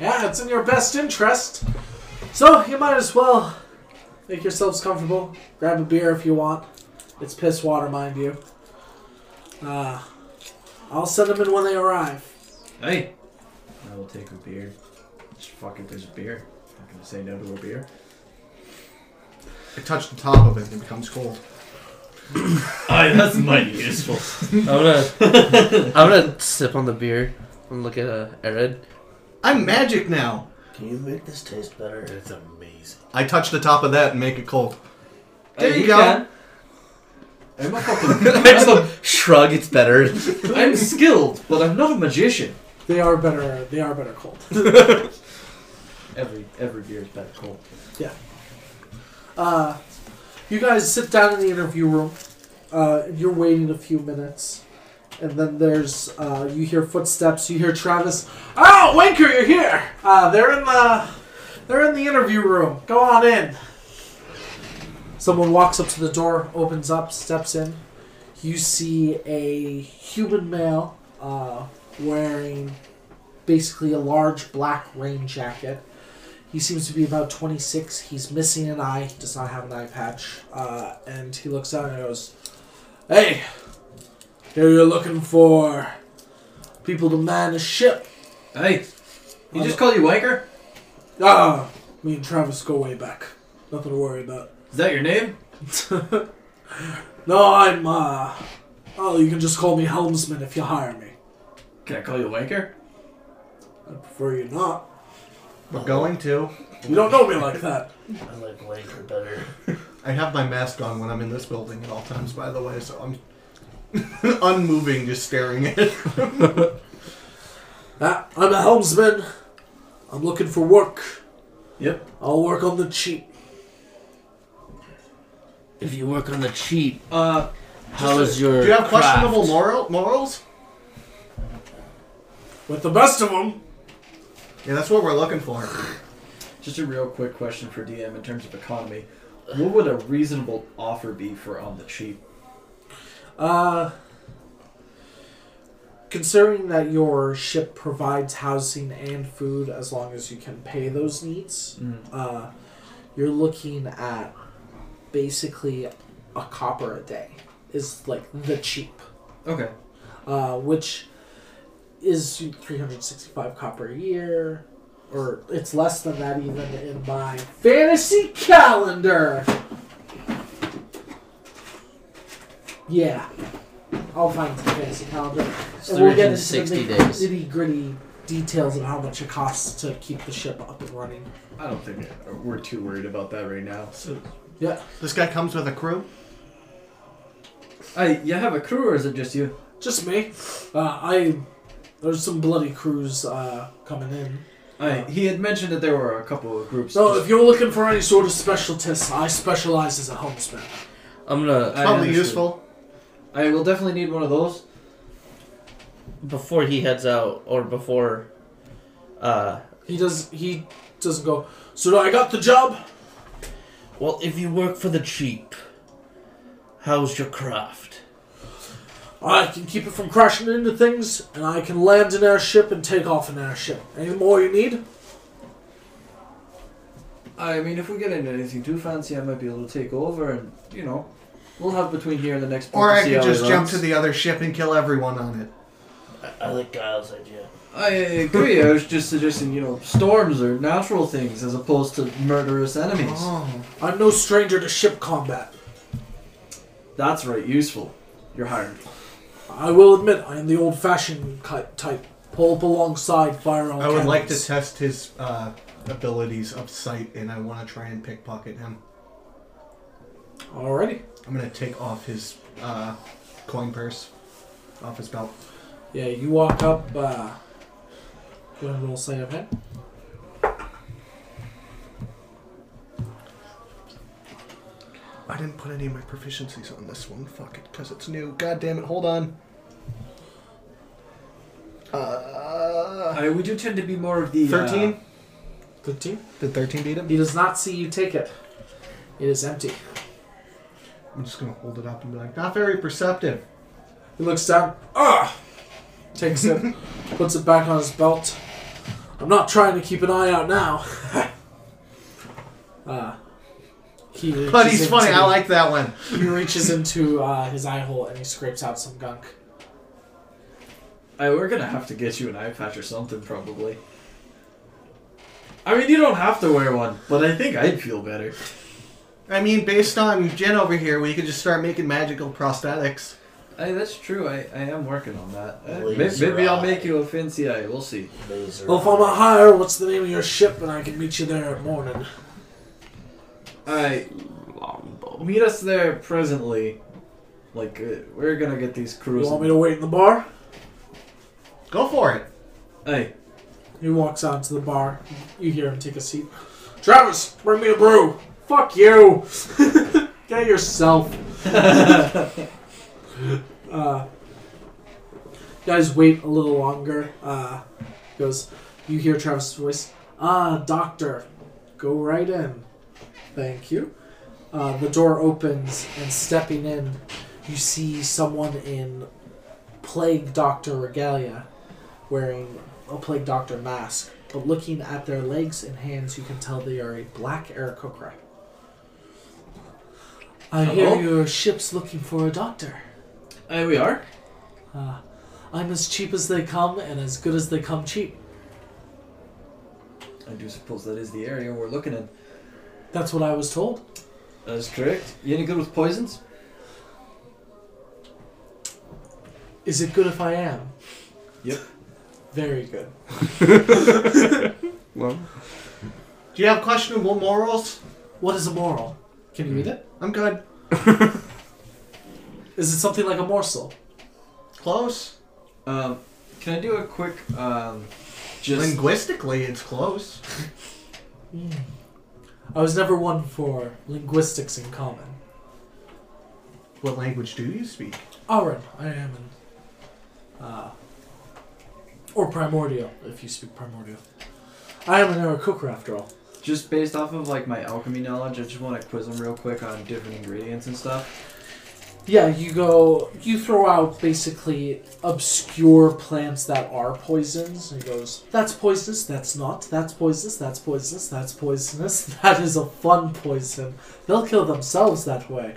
Speaker 1: Yeah, it's in your best interest. So you might as well make yourselves comfortable. Grab a beer if you want. It's piss water, mind you. Uh, I'll send them in when they arrive.
Speaker 6: Hey. I will take a beer. Just fuck it, there's a beer. I'm not gonna say no to a beer.
Speaker 2: I touch the top of it and it becomes cold.
Speaker 4: Aye, that's mighty useful.
Speaker 5: I'm gonna, I'm gonna sip on the beer and look at uh, Arid.
Speaker 2: I'm magic now.
Speaker 8: Can you make this taste better?
Speaker 4: That's amazing.
Speaker 2: I touch the top of that and make it cold. There
Speaker 6: Hey,
Speaker 2: you go.
Speaker 6: can. I'm a fucking.
Speaker 5: I just shrug. It's better.
Speaker 6: I'm skilled, but I'm not a magician.
Speaker 1: They are better. They are better cold.
Speaker 6: Every every beer is better cold.
Speaker 1: Uh, you guys sit down in the interview room. Uh, and you're waiting a few minutes, and then there's uh, you hear footsteps. You hear Travis. Oh, Winker, you're here. Uh, they're in the they're in the interview room. Go on in. Someone walks up to the door, opens up, steps in. You see a human male uh, wearing basically a large black rain jacket. He seems to be about 26. He's missing an eye, does not have an eye patch. Uh, and he looks out and goes, Hey, here you're looking for people to man a ship.
Speaker 6: Hey, he just called you wanker?
Speaker 1: Ah, me and Travis go way back. Nothing to worry about.
Speaker 6: Is that your name?
Speaker 1: No, I'm, uh, oh, you can just call me Helmsman if you hire me.
Speaker 6: Can I call you wanker?
Speaker 1: I prefer you not.
Speaker 2: We're going to.
Speaker 1: You don't know me like that.
Speaker 8: I like Wanker better.
Speaker 2: I have my mask on when I'm in this building at all times, by the way, so I'm unmoving, just staring at it.
Speaker 1: Ah, I'm a helmsman. I'm looking for work.
Speaker 6: Yep.
Speaker 1: I'll work on the cheap.
Speaker 5: If you work on the cheap,
Speaker 6: Uh,
Speaker 5: how is your?
Speaker 2: Do you have
Speaker 5: craft?
Speaker 2: questionable moral, morals?
Speaker 1: With the best of them.
Speaker 2: Yeah, that's what we're looking for.
Speaker 6: just a real quick question for DM in terms of economy. What would a reasonable offer be for on the cheap?
Speaker 1: Uh, considering that your ship provides housing and food as long as you can pay those needs, uh, you're looking at basically a copper a day is like the cheap.
Speaker 6: Okay.
Speaker 1: uh, which is 365 copper a year, or it's less than that even in my fantasy calendar. Yeah, I'll find the fantasy calendar.
Speaker 5: It's
Speaker 1: And we'll get into
Speaker 5: 360
Speaker 1: the
Speaker 5: days.
Speaker 1: nitty gritty details of how much it costs to keep the ship up and running.
Speaker 6: I don't think uh, we're too worried about that right now.
Speaker 1: Yeah,
Speaker 2: This guy comes with a crew.
Speaker 6: Hey, you have a crew, or is it just you?
Speaker 1: just me. Uh, I there's some bloody crews uh, coming in.
Speaker 6: Hey, he had mentioned that there were a couple of groups.
Speaker 1: So if you're looking for any sort of specialist, I specialize as a homesman.
Speaker 5: I'm gonna
Speaker 6: I
Speaker 2: Probably
Speaker 6: understood.
Speaker 2: useful.
Speaker 6: I will definitely need one of those.
Speaker 5: before he heads out or before. Uh,
Speaker 1: He does. He doesn't go. So I got the job.
Speaker 5: well, if you work for the cheap, how's your craft?
Speaker 1: I can keep it from crashing into things, and I can land an airship and take off an airship. Any more you need?
Speaker 6: I mean, if we get into anything too fancy, I might be able to take over, and you know, we'll have between here and the next.
Speaker 2: Or
Speaker 6: book to
Speaker 2: I
Speaker 6: see
Speaker 2: could
Speaker 6: how it
Speaker 2: just jump
Speaker 6: runs.
Speaker 2: to the other ship and kill everyone on it.
Speaker 8: I like Giles' idea.
Speaker 6: I agree. I was just suggesting, you know, storms are natural things as opposed to murderous enemies.
Speaker 2: Oh.
Speaker 1: I'm no stranger to ship combat.
Speaker 6: That's right. Useful. You're hired.
Speaker 1: I will admit, I am the old-fashioned ki- type. Pull up alongside, fire on.
Speaker 2: I would like to
Speaker 1: cannons.
Speaker 2: test his uh, abilities of sight, and I want to try and pickpocket him.
Speaker 1: Alrighty.
Speaker 2: I'm gonna take off his uh, coin purse, off his belt.
Speaker 1: Yeah, you walk up. Uh, go ahead and roll sleight of hand.
Speaker 2: I didn't put any of my proficiencies on this one. Fuck it, because it's new. God damn it, hold on. Uh,
Speaker 6: Uh, we do tend to be more of the uh,
Speaker 2: 13?
Speaker 1: Fifteen.
Speaker 2: Did 13 beat him?
Speaker 1: He does not see you take it. It is empty.
Speaker 2: I'm just gonna hold it up and be like, not very perceptive.
Speaker 1: He looks down. Ah! Takes it, puts it back on his belt. I'm not trying to keep an eye out now. uh, he reaches
Speaker 2: But he's funny,
Speaker 1: into-
Speaker 2: I like that one.
Speaker 1: He reaches into uh, his eye hole and he scrapes out some gunk.
Speaker 6: I, we're gonna have to get you an eye patch or something, probably. I mean, you don't have to wear one, but I think I'd feel better.
Speaker 2: I mean, based on Jen over here, we could just start making magical prosthetics.
Speaker 6: I, that's true. I, I am working on that. Uh, may-
Speaker 8: Laser
Speaker 6: maybe I'll
Speaker 8: eye.
Speaker 6: make you a fancy eye. We'll see.
Speaker 8: Laser.
Speaker 1: Well, if I'm a hire, what's the name of your ship? And I can meet you there at morning.
Speaker 6: All right,
Speaker 5: Longbow.
Speaker 6: meet us there presently. Like uh, we're gonna get these
Speaker 1: You
Speaker 6: crews.
Speaker 1: want me to wait in the bar?
Speaker 2: Go for it.
Speaker 6: Hey,
Speaker 1: He walks out to the bar. You hear him take a seat. Travis, bring me a brew. Fuck you. Get it yourself. uh, guys, wait a little longer. Uh, goes. You hear Travis's voice. Ah, doctor, go right in. Thank you. Uh, the door opens, and stepping in, you see someone in plague doctor regalia, wearing a plague doctor mask but looking at their legs and hands, you can tell they are a black Aarakocra. I
Speaker 9: Hello?
Speaker 1: hear your ship's looking for a doctor.
Speaker 9: Uh, we are.
Speaker 1: I'm as cheap as they come and as good as they come cheap.
Speaker 6: I do suppose that is the area we're looking in.
Speaker 1: That's what I was told.
Speaker 6: That's correct. You any good with poisons?
Speaker 1: Is it good if I am?
Speaker 6: Yep.
Speaker 1: Very good.
Speaker 2: Do you have questionable morals?
Speaker 1: What is a moral? Can you read it?
Speaker 2: I'm good.
Speaker 1: Is it something like a morsel?
Speaker 2: Close.
Speaker 6: Um, can I do a quick um, just
Speaker 2: Linguistically, it's close.
Speaker 1: I was never one for linguistics in common.
Speaker 2: What language do you speak?
Speaker 1: Auron, I am an. Uh, or primordial, if you speak primordial. I am an Arakukra after all.
Speaker 6: just based off of like my alchemy knowledge? I just want to quiz them real quick on different ingredients and stuff.
Speaker 1: Yeah, you go, you throw out basically obscure plants that are poisons, and he goes, that's poisonous, that's not, that's poisonous, that's poisonous, that's poisonous, that is a fun poison. They'll kill themselves that way.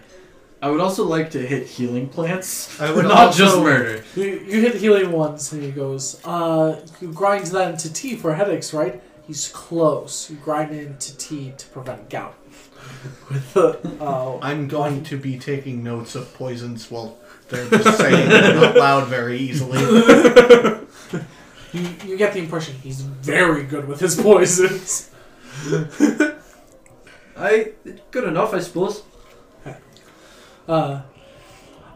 Speaker 6: I would also like to hit healing plants,
Speaker 2: I would
Speaker 6: not
Speaker 2: also-
Speaker 6: just murder.
Speaker 1: You, you hit healing once, and he goes, uh, you grind that into tea for headaches, right? He's close. You grind it into tea to prevent gout. With the, uh,
Speaker 2: I'm going to be taking notes of poisons while they're just saying them out loud very easily.
Speaker 1: you, you get the impression he's very good with his poisons.
Speaker 6: I good enough, I suppose.
Speaker 1: Uh,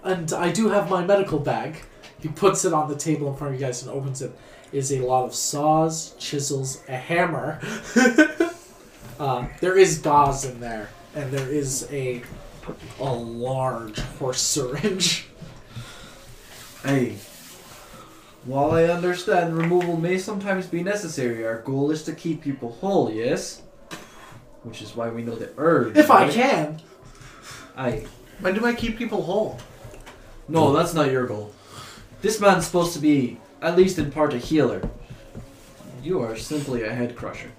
Speaker 1: and I do have my medical bag. He puts it on the table in front of you guys and opens it. It Is a lot of saws, chisels, a hammer. uh, there is gauze in there, and there is a a large horse syringe.
Speaker 6: Hey. While I understand removal may sometimes be necessary, our goal is to keep people whole, yes? Which is why we know the herb.
Speaker 1: If I
Speaker 6: right?
Speaker 1: can,
Speaker 6: Aye.
Speaker 2: When do I keep people whole?
Speaker 6: No, that's not your goal. This man's supposed to be, at least in part, a healer. You are simply a head crusher.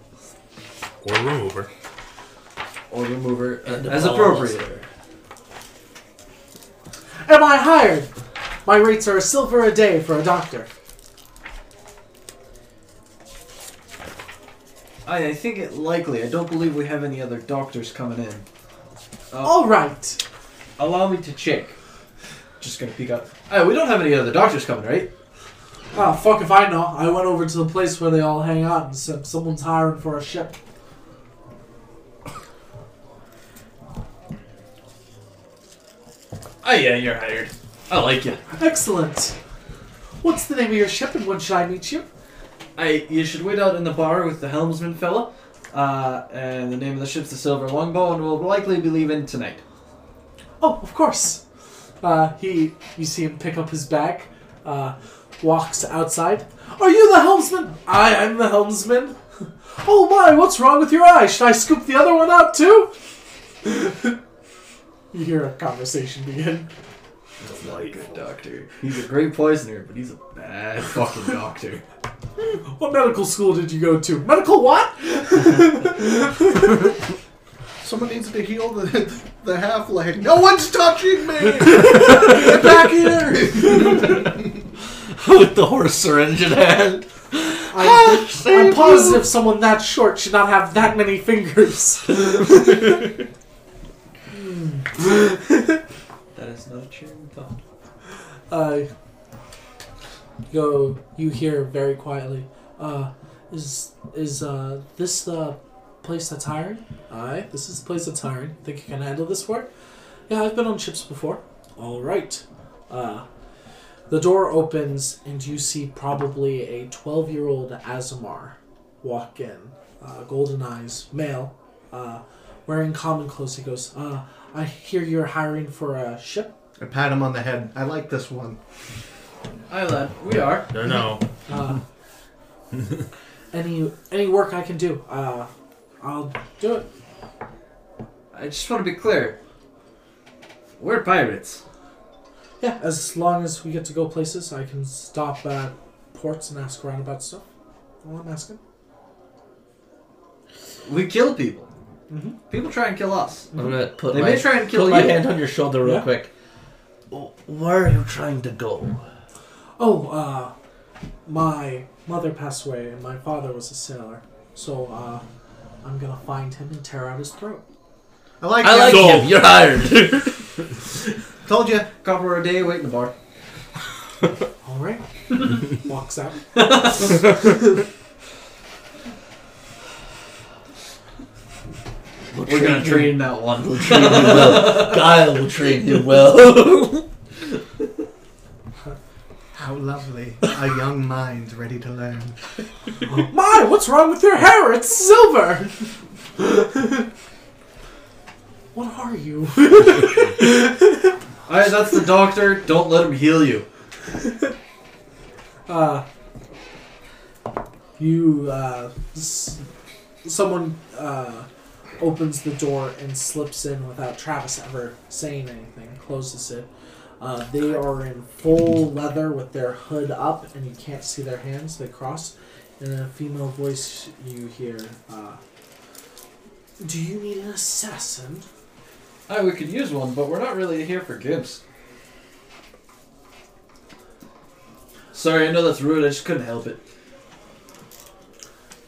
Speaker 4: Or remover.
Speaker 6: Or remover, uh,
Speaker 10: And
Speaker 6: as
Speaker 10: ball
Speaker 6: appropriate.
Speaker 10: buster.
Speaker 1: am I hired? My rates are a silver a day for a doctor.
Speaker 6: Aye, I think it likely. I don't believe we have any other doctors coming in.
Speaker 1: All right.
Speaker 6: Allow me to check. Just gonna peek up. Aye, we don't have any other doctors coming, right?
Speaker 1: Oh fuck if I know. I went over to the place where they all hang out and said someone's hiring for a ship.
Speaker 6: Oh yeah, you're hired. I like you.
Speaker 1: Excellent. What's the name of your ship and when should I meet you?
Speaker 6: I you should wait out in the bar with the helmsman fella. Uh, and the name of the ship's the Silver Longbow, and we'll likely be leaving tonight.
Speaker 1: Oh, of course. Uh, he, you see him pick up his bag, uh, walks outside. Are you the helmsman? I am the helmsman. Oh my, what's wrong with your eye? Should I scoop the other one out too? you hear a conversation begin.
Speaker 6: He's not a good doctor. He's a great poisoner, but he's a bad fucking doctor.
Speaker 1: What medical school did you go to? Medical what?
Speaker 2: Someone needs to heal the, the half leg. No one's touching me! Get back here!
Speaker 11: With the horse syringe in hand.
Speaker 1: I'm, I'm positive someone that short should not have that many fingers.
Speaker 6: That is not a cheering thought.
Speaker 1: uh, go. You hear very quietly. Uh, is is uh this the place that's hiring? Aye, this is the place that's hiring. Think you can handle this work? Yeah, I've been on ships before. All right. Uh, the door opens and you see probably a twelve-year-old Azamar walk in. Uh, golden eyes, male. Uh, wearing common clothes. He goes. Uh, I hear you're hiring for a ship.
Speaker 2: I pat him on the head. I like this one.
Speaker 6: Aye, lad, we are.
Speaker 4: No, no.
Speaker 1: Uh, any any work I can do, uh, I'll do it.
Speaker 6: I just want to be clear. We're pirates.
Speaker 1: Yeah, as long as we get to go places, I can stop at ports and ask around about stuff. All I'm asking.
Speaker 6: We kill people. People try and kill us.
Speaker 5: I'm gonna put
Speaker 6: They
Speaker 5: my,
Speaker 6: may try and kill
Speaker 5: put my
Speaker 6: you.
Speaker 5: hand on your shoulder real
Speaker 1: Yeah.
Speaker 5: quick. W- Where are you trying to go?
Speaker 1: Oh, uh, my mother passed away and my father was a sailor. So, uh, I'm gonna find him and tear out his throat.
Speaker 2: I like
Speaker 5: I
Speaker 2: you.
Speaker 5: like
Speaker 4: Go.
Speaker 5: him. You're hired.
Speaker 2: Told you.
Speaker 6: Copper a day, wait in the bar.
Speaker 1: Alright. Walks out.
Speaker 5: We'll
Speaker 6: We're
Speaker 5: train
Speaker 6: gonna
Speaker 5: you.
Speaker 6: train that one.
Speaker 5: We'll train you well. Guile will train you well.
Speaker 2: How lovely. A young mind ready to learn.
Speaker 1: My, what's wrong with your hair? It's silver! what are you?
Speaker 6: Alright, that's the doctor. Don't let him heal you.
Speaker 1: Uh, you, uh, s- someone, uh, opens the door and slips in without Travis ever saying anything, closes it. Uh, they are in full leather with their hood up, and you can't see their hands. They cross. In a female voice, you hear, uh, Do you need an assassin?
Speaker 6: Alright, we could use one, but we're not really here for Gibbs. Sorry, I know that's rude. I just couldn't help it.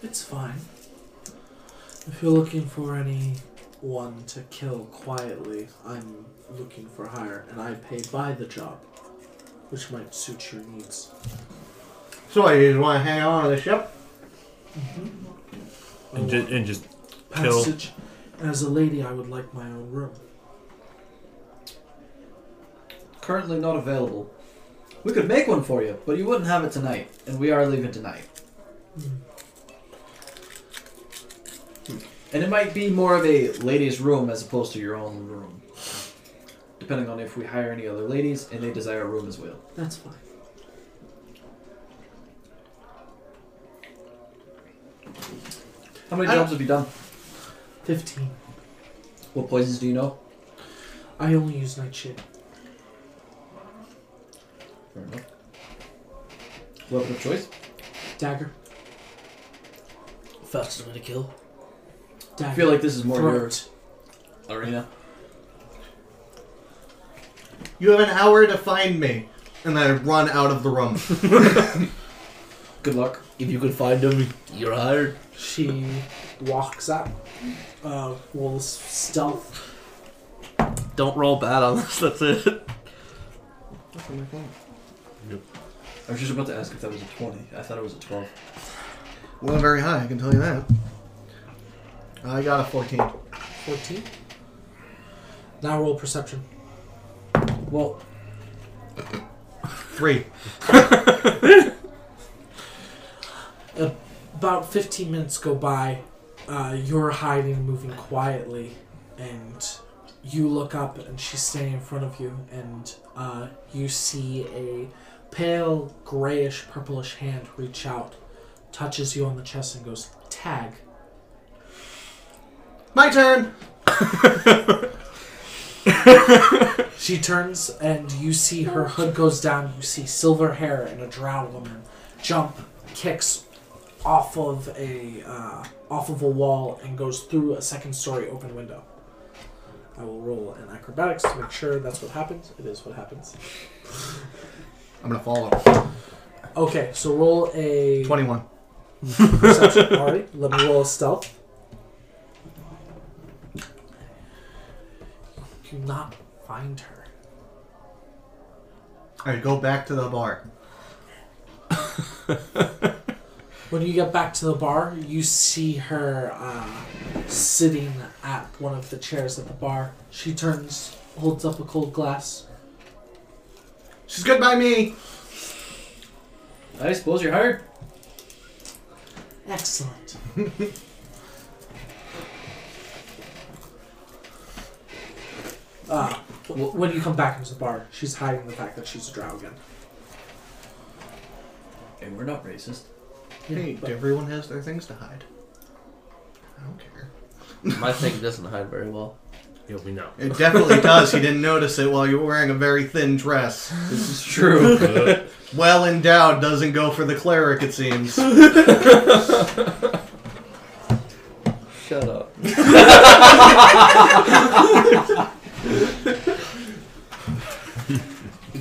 Speaker 1: It's fine. If you're looking for anyone to kill quietly, I'm looking for hire, and I pay by the job, which might suit your needs.
Speaker 2: So you just want to hang on to the ship?
Speaker 4: And, ju- and just kill.
Speaker 1: Passage. As a lady, I would like my own room.
Speaker 6: Currently not available. We could make one for you, but you wouldn't have it tonight, and we are leaving tonight. And it might be more of a ladies' room as opposed to your own room. Depending on if we hire any other ladies and they desire a room as well.
Speaker 1: That's fine.
Speaker 6: How many
Speaker 2: I-
Speaker 6: jobs have you done?
Speaker 1: Fifteen.
Speaker 6: What poisons do you know?
Speaker 1: I only use nightshade.
Speaker 6: Fair enough. Weapon of choice?
Speaker 1: Dagger.
Speaker 5: Fastest way to kill.
Speaker 1: Dagger.
Speaker 6: I feel like this is more
Speaker 1: Throat.
Speaker 6: your arena.
Speaker 2: You have an hour to find me. And I run out of the room.
Speaker 6: Good luck.
Speaker 5: If you can find him, you're hired.
Speaker 1: She walks up. Uh, rolls stealth.
Speaker 5: Don't roll bad on this. That's it.
Speaker 6: I was just about to ask if that was a 20. I thought it was a 12.
Speaker 2: well, very high, I can tell you that. I got a 14.
Speaker 1: Fourteen. Now roll perception.
Speaker 6: Well,
Speaker 2: Three.
Speaker 1: About 15 minutes go by. Uh, you're hiding, moving quietly, and you look up, and she's standing in front of you, and uh, you see a pale, grayish, purplish hand reach out, touches you on the chest, and goes, Tag.
Speaker 2: My turn!
Speaker 1: She turns, and you see her hood goes down. You see silver hair and a drow woman jump, kicks off of a uh, off of a wall, and goes through a second story open window. I will roll an acrobatics to make sure that's what happens. It is what happens.
Speaker 2: I'm gonna follow.
Speaker 1: Okay, so roll a
Speaker 2: 21.
Speaker 1: perception. All right, let me roll a stealth. You do not find her.
Speaker 2: Alright, go back to the bar.
Speaker 1: When you get back to the bar, you see her uh, sitting at one of the chairs at the bar. She turns, holds up a cold glass.
Speaker 2: She's good by me!
Speaker 6: I suppose you're hired.
Speaker 1: Excellent. uh, w- when you come back into the bar, she's hiding the fact that she's a drow again.
Speaker 6: And we're not racist.
Speaker 1: Yeah,
Speaker 2: Hey,
Speaker 1: but-
Speaker 2: everyone has their things to hide. I don't care.
Speaker 5: My thing doesn't hide very well.
Speaker 4: Yeah, we know.
Speaker 2: It definitely does. He didn't notice it while you were wearing a very thin dress.
Speaker 6: This is true.
Speaker 4: Uh,
Speaker 2: Well endowed doesn't go for the cleric, it seems.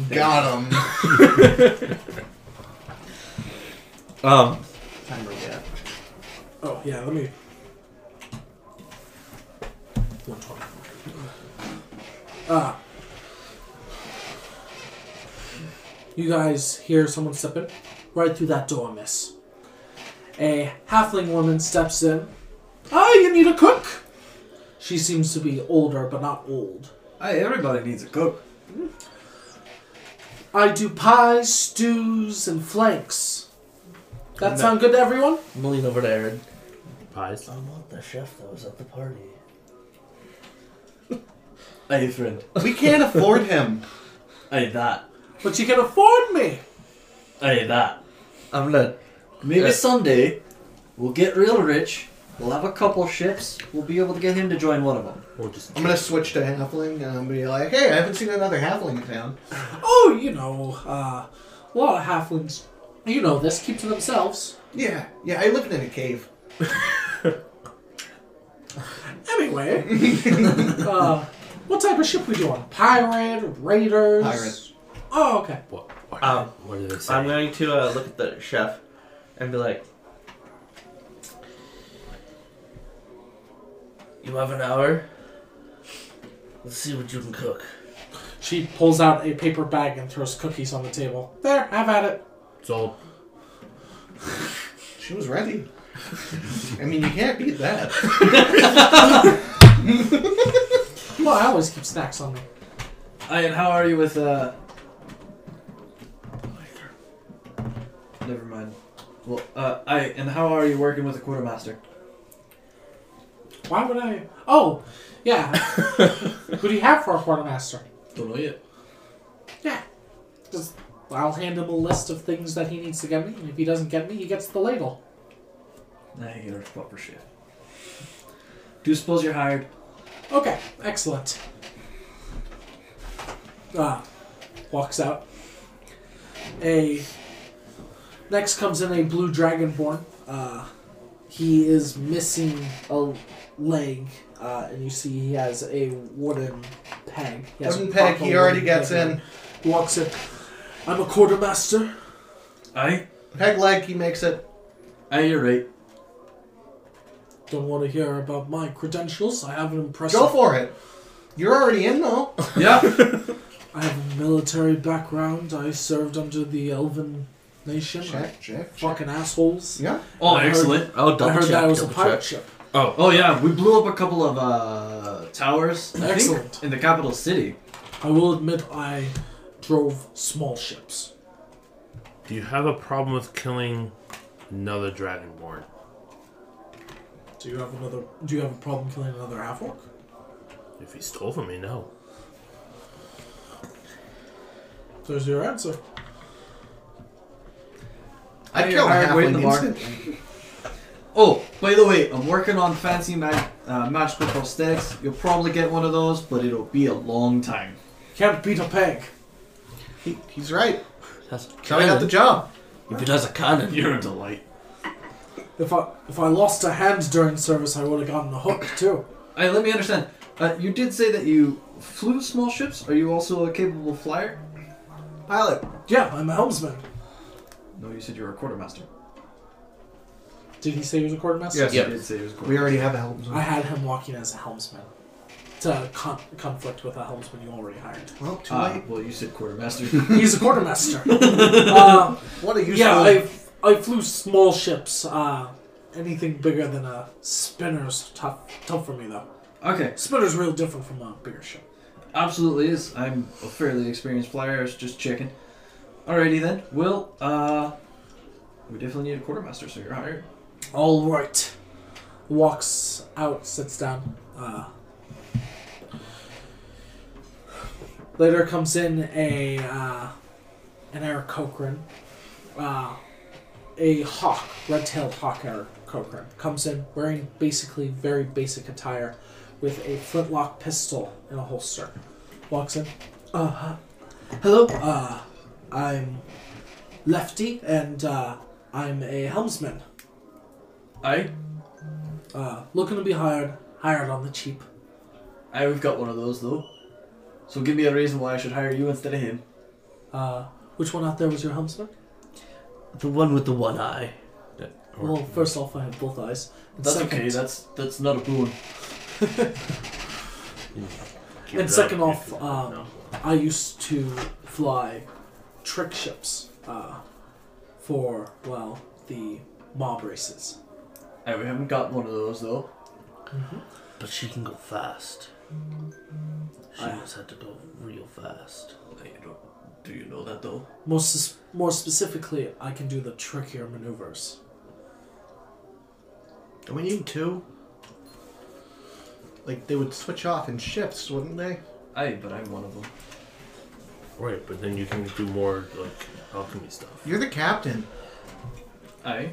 Speaker 2: Got him.
Speaker 5: Um,
Speaker 1: Oh yeah, let me. One twenty. Ah. You guys hear someone stepping right through that door, miss. A halfling woman steps in. Ah, you need a cook? She seems to be older, but not old.
Speaker 3: Hey, everybody needs a cook.
Speaker 1: I do pies, stews, and flanks. That sound good to everyone?
Speaker 5: I'm leaning over to Aaron.
Speaker 4: Pies.
Speaker 8: I want the chef that was at the party.
Speaker 6: Hey, friend.
Speaker 2: We can't afford him.
Speaker 6: Hey, that.
Speaker 1: But you can afford me.
Speaker 6: Hey, that.
Speaker 5: I'm gonna.
Speaker 3: Maybe
Speaker 5: Yeah.
Speaker 3: someday we'll get real rich. We'll have a couple ships. We'll be able to get him to join one of them.
Speaker 4: Or just
Speaker 2: I'm gonna switch to halfling and I'm gonna be like, hey, I haven't seen another halfling in town.
Speaker 1: Oh, you know, uh, a lot of halflings, you know this, keep to themselves.
Speaker 2: Yeah, yeah, I lived in a cave.
Speaker 1: Anyway, uh, what type of ship we doing? Pirate, raiders?
Speaker 2: Pirates.
Speaker 1: Oh, okay.
Speaker 4: what? What,
Speaker 5: Um,
Speaker 4: what do they say?
Speaker 5: I'm going to uh, look at the chef and be like, "You have an hour.
Speaker 8: Let's see what you can cook.
Speaker 1: She pulls out a paper bag and throws cookies on the table. There, have at it.
Speaker 4: So
Speaker 2: She was ready. I mean, you can't beat that.
Speaker 1: Well, I always keep snacks on me.
Speaker 6: Hey, and how are you with, uh. Never mind. Well, uh, I and how are you working with the quartermaster?
Speaker 1: Why would I? Oh, yeah. Who do you have for a quartermaster?
Speaker 6: Don't know yet.
Speaker 1: Yeah. Just, I'll hand him a list of things that he needs to get me, and if he doesn't get me, he gets the ladle.
Speaker 6: Nah, you learned proper shit. Do you suppose you're hired?
Speaker 1: Okay, excellent. Ah, walks out. A next comes in a blue dragonborn. Uh, he is missing a leg, uh, and you see he has a wooden peg. He has a
Speaker 2: Wooden peg, he
Speaker 1: proper
Speaker 2: already
Speaker 1: wooden
Speaker 2: gets
Speaker 1: peg.
Speaker 2: in.
Speaker 1: He walks in. I'm a quartermaster.
Speaker 6: Aye,
Speaker 2: Peg leg, he makes it.
Speaker 6: aye, Ah, you're right.
Speaker 1: Don't want to hear about my credentials. I have an impressive.
Speaker 2: Go for it. You're already in though.
Speaker 6: Yeah.
Speaker 1: I have a military background. I served under the Elven Nation.
Speaker 2: Check, check, check.
Speaker 1: fucking assholes.
Speaker 2: Yeah.
Speaker 6: Oh,
Speaker 1: I heard-
Speaker 6: excellent.
Speaker 5: Oh,
Speaker 1: I heard that was a
Speaker 5: double
Speaker 1: pirate
Speaker 5: check.
Speaker 1: ship.
Speaker 6: Oh, oh yeah, we blew up a couple of uh, towers. I think,
Speaker 1: Excellent.
Speaker 6: in the capital city.
Speaker 1: I will admit I drove small ships.
Speaker 4: do you have a problem with killing another dragonborn?
Speaker 1: Do you have another? Do you have a problem killing another half orc?
Speaker 4: If he stole from me, no.
Speaker 1: There's your answer.
Speaker 2: I'd
Speaker 6: Hey,
Speaker 2: kill a
Speaker 6: Howard, wait in
Speaker 2: halfling
Speaker 6: the bar.
Speaker 2: instantly.
Speaker 6: Oh, by the way, I'm working on fancy mag- uh, magical prosthetics. You'll probably get one of those, but it'll be a long time.
Speaker 1: Can't beat a peg.
Speaker 2: He, he's right.
Speaker 5: That's a
Speaker 2: So I got the
Speaker 5: cannon.
Speaker 2: job.
Speaker 5: if it has a cannon,
Speaker 6: You're a delight.
Speaker 1: If I if I lost a hand during service, I would have gotten a hook too.
Speaker 6: Hey, let me understand. Uh, you did say that you flew small ships. Are you also a capable flyer?
Speaker 2: Pilot.
Speaker 1: Yeah, I'm a helmsman.
Speaker 6: No, you said you were a quartermaster.
Speaker 1: Did he say he was a quartermaster?
Speaker 2: Yes.
Speaker 6: You did say you was a
Speaker 2: We
Speaker 6: quartermaster.
Speaker 2: already have a helmsman.
Speaker 1: I had him walking as a helmsman to con- conflict with a helmsman you already hired.
Speaker 2: Well, too
Speaker 6: Uh,
Speaker 2: late.
Speaker 6: well, you said quartermaster.
Speaker 1: He's a quartermaster. uh,
Speaker 2: What a useful.
Speaker 1: Yeah, I, I flew small ships. Uh, anything bigger than a spinner's tough tough for me though.
Speaker 6: okay,
Speaker 1: Spinner's real different from a bigger ship.
Speaker 6: absolutely is. I'm a fairly experienced flyer. I was just checking. Alrighty then. Well, uh, we definitely need a quartermaster, so you're hired.
Speaker 1: All right. Walks out, sits down. Uh, later comes in a uh, an Eric Cochran, uh, a hawk, red-tailed hawk Eric Cochran comes in wearing basically very basic attire, with a flintlock pistol in a holster. Walks in. Uh, hello. Uh, I'm Lefty, and uh, I'm a helmsman
Speaker 6: Aye.
Speaker 1: uh, looking to be hired. hired on the cheap.
Speaker 6: I have got one of those though. So give me a reason why I should hire you instead of him.
Speaker 1: Uh, which one out there was your helmsman?
Speaker 5: The one with the one eye.
Speaker 1: Well, first off, I have both eyes. And
Speaker 6: That's
Speaker 1: second,
Speaker 6: okay. That's that's not a boon.
Speaker 4: Keep
Speaker 1: And
Speaker 4: it
Speaker 1: second
Speaker 4: up.
Speaker 1: off, um, I used to fly trick ships uh, for, well, the mob races.
Speaker 6: Hey, we haven't got one of those though.
Speaker 12: But she can go fast. She
Speaker 1: I-
Speaker 12: knows how to go real fast.
Speaker 6: Do you know that though?
Speaker 1: Most s- more specifically, I can do the trickier maneuvers.
Speaker 2: Do we need two? Like they would switch off in shifts, wouldn't they?
Speaker 6: Aye, but I'm one of them.
Speaker 4: right, but then you can do more like alchemy stuff.
Speaker 2: You're the captain.
Speaker 6: Aye.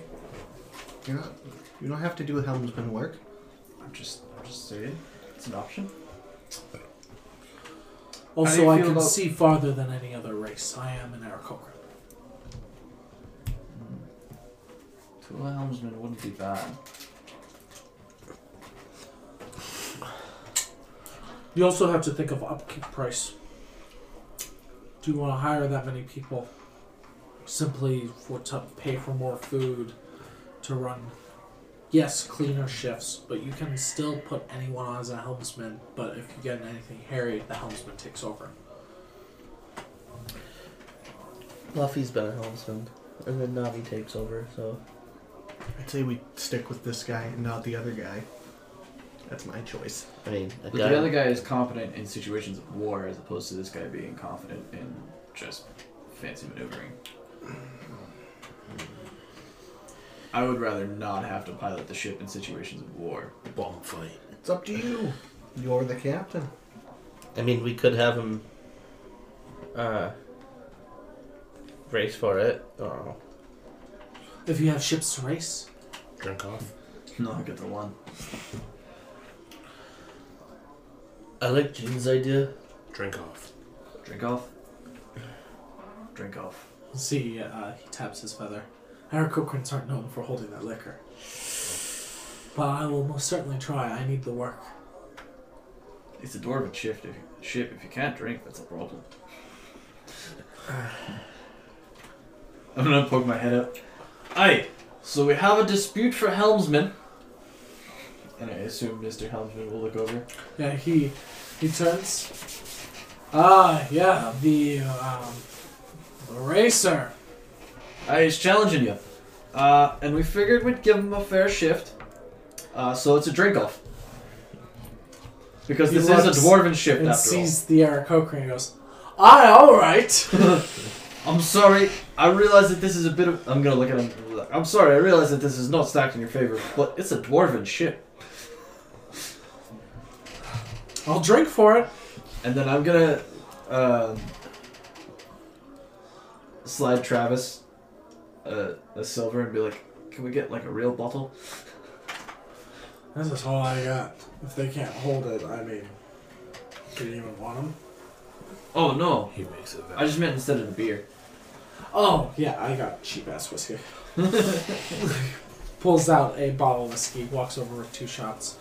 Speaker 2: You're not. You don't have to do helmsman work.
Speaker 6: I'm just I'm just saying. It's an option. do
Speaker 1: Also,
Speaker 6: you
Speaker 1: I
Speaker 6: feel
Speaker 1: can
Speaker 6: about-
Speaker 1: see farther than any other race. I am an Arakocra.
Speaker 6: Two helmsmen wouldn't be bad.
Speaker 1: You also have to think of upkeep price. Do you want to hire that many people simply for to pay for more food to run? Yes, cleaner shifts, but you can still put anyone on as a helmsman. But if you get in anything hairy, the helmsman takes over.
Speaker 5: Luffy's been a helmsman, and then Navi takes over. So
Speaker 2: I'd say we stick with this guy and not the other guy. That's my choice.
Speaker 5: I mean, a
Speaker 6: But
Speaker 5: guy,
Speaker 6: the other guy is competent in situations of war, as opposed to this guy being confident in just fancy maneuvering. I would rather not have to pilot the ship in situations of war.
Speaker 4: Bomb fight.
Speaker 2: It's up to you. You're the captain.
Speaker 5: I mean, we could have him uh, race for it. Oh,
Speaker 1: If you have ships to race,
Speaker 4: Drink off.
Speaker 6: No, I get the one.
Speaker 5: I like Jin's idea.
Speaker 4: Drink off.
Speaker 6: Drink off. Drink off.
Speaker 1: see, uh, he taps his feather. Aracocrans aren't known for holding their liquor, but I will most certainly try. I need the work.
Speaker 6: It's a dwarven shift if ship. If you can't drink, that's a problem. I'm gonna poke my head up. Aye. So we have a dispute for helmsman. And I assume Mr. Helmsman will look over.
Speaker 1: Yeah, he he turns. Ah, yeah, the um, the racer.
Speaker 6: Aye, he's challenging you. Uh, and we figured we'd give him a fair shift. Uh, so it's a drink off. Because
Speaker 1: He
Speaker 6: this is a
Speaker 1: looks
Speaker 6: dwarven shift
Speaker 1: And
Speaker 6: after
Speaker 1: sees the Arakocra and goes, "Aye, all right."
Speaker 6: all. I'm sorry. I realize that this is a bit of. I'm gonna look at him. I'm sorry. I realize that this is not stacked in your favor, but it's a dwarven ship.
Speaker 1: I'll drink for it.
Speaker 6: And then I'm gonna um, slide Travis a, a silver and be like, "Can we get like a real bottle?"
Speaker 1: This is all I got. If they can't hold it, I mean, do you even want them?
Speaker 6: Oh no,
Speaker 4: He makes it.
Speaker 6: I just meant instead of a beer.
Speaker 1: Oh yeah, I got cheap ass whiskey. Pulls out a bottle of whiskey, walks over with two shots.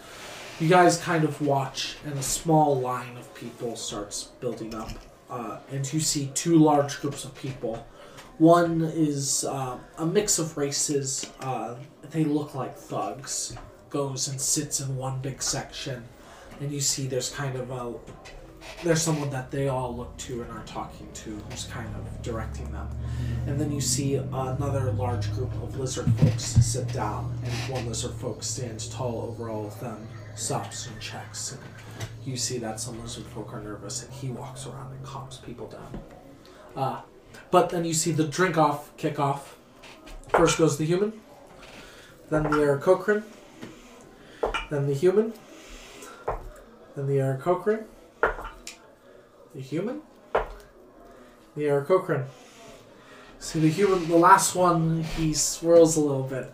Speaker 1: You guys kind of watch, and a small line of people starts building up, uh, and you see two large groups of people. One is uh, a mix of races. Uh, they look like thugs. Goes and sits in one big section, and you see there's kind of a there's someone that they all look to and are talking to, who's kind of directing them. And then you see another large group of lizard folks sit down, and one lizard folk stands tall over all of them, stops and checks. And you see that some lizard folk are nervous, and he walks around and calms people down. Uh, but then you see the drink off, kick off. First goes the human, then the Aarakocran, then the human, then the Aarakocran, the human? The Arakokran. See the human, the last one, he swirls a little bit.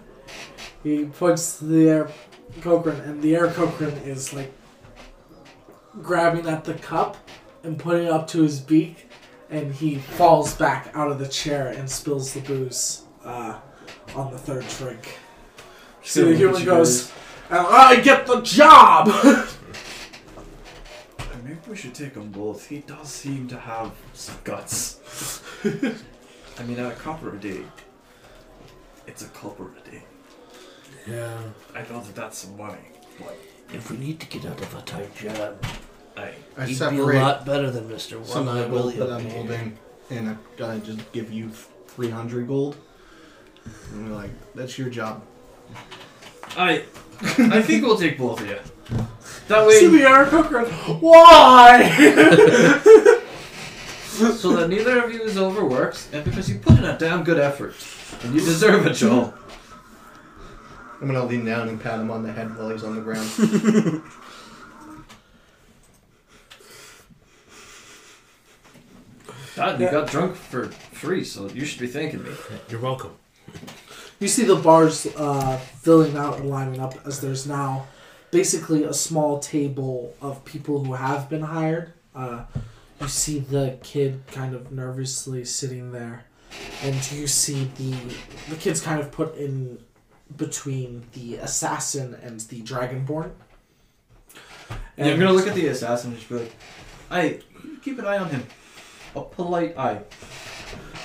Speaker 1: He points to the Arakokran, and the Arakokran is like grabbing at the cup and putting it up to his beak, and he falls back out of the chair and spills the booze uh, on the third drink. See the
Speaker 6: Look at
Speaker 1: human
Speaker 6: you
Speaker 1: goes, and I get the job.
Speaker 3: Maybe we should take them both. He does seem to have some guts. I mean, at a copper a day, it's a copper a day.
Speaker 4: Yeah.
Speaker 3: I know that that's some money. Like,
Speaker 8: If we need to get out of a tight jam,
Speaker 3: I,
Speaker 2: I
Speaker 8: he'd be a
Speaker 2: separate
Speaker 8: lot better than Mr.
Speaker 2: some
Speaker 8: One
Speaker 2: of
Speaker 8: Eye
Speaker 2: the gold
Speaker 8: Willie
Speaker 2: that
Speaker 8: up
Speaker 2: I'm
Speaker 8: here.
Speaker 2: holding, and I, I just give you 300 gold. And we're like, that's your job.
Speaker 6: I, I think we'll take both of you. That way,
Speaker 1: CBR Cochran, why?
Speaker 6: so that neither of you is overworked, and because you put in a damn good effort, and you deserve it, Joel.
Speaker 2: I'm gonna lean down and pat him on the head while he's on the ground.
Speaker 6: God, you got drunk for free, so you should be thanking me.
Speaker 4: You're welcome.
Speaker 1: you see the bars uh, filling out and lining up as there's now basically a small table of people who have been hired. Uh, you see the kid kind of nervously sitting there, and you see the the kid's kind of put in between the assassin and the dragonborn.
Speaker 3: yeah, I'm gonna look at the assassin and just be like, I keep an eye on him. A polite eye.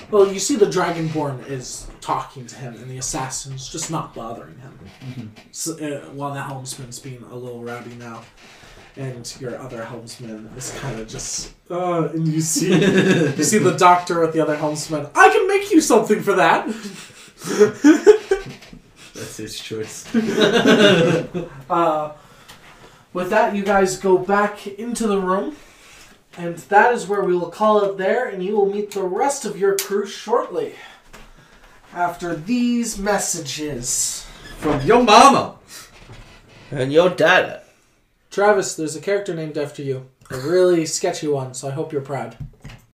Speaker 1: Well, you see, the Dragonborn is talking to him, and the assassin's just not bothering him. So, uh, while the helmsman's being a little rowdy now, and your other helmsman is kind of just, uh, and you see, you see the doctor with the other helmsman. I can make you something for that.
Speaker 3: That's his choice.
Speaker 1: Uh, with that, you guys go back into the room, and that is where we will call it there, and you will meet the rest of your crew shortly after these messages.
Speaker 3: From your mama!
Speaker 5: And your data.
Speaker 1: Travis, there's a character named after you. A really sketchy one, so I hope you're proud.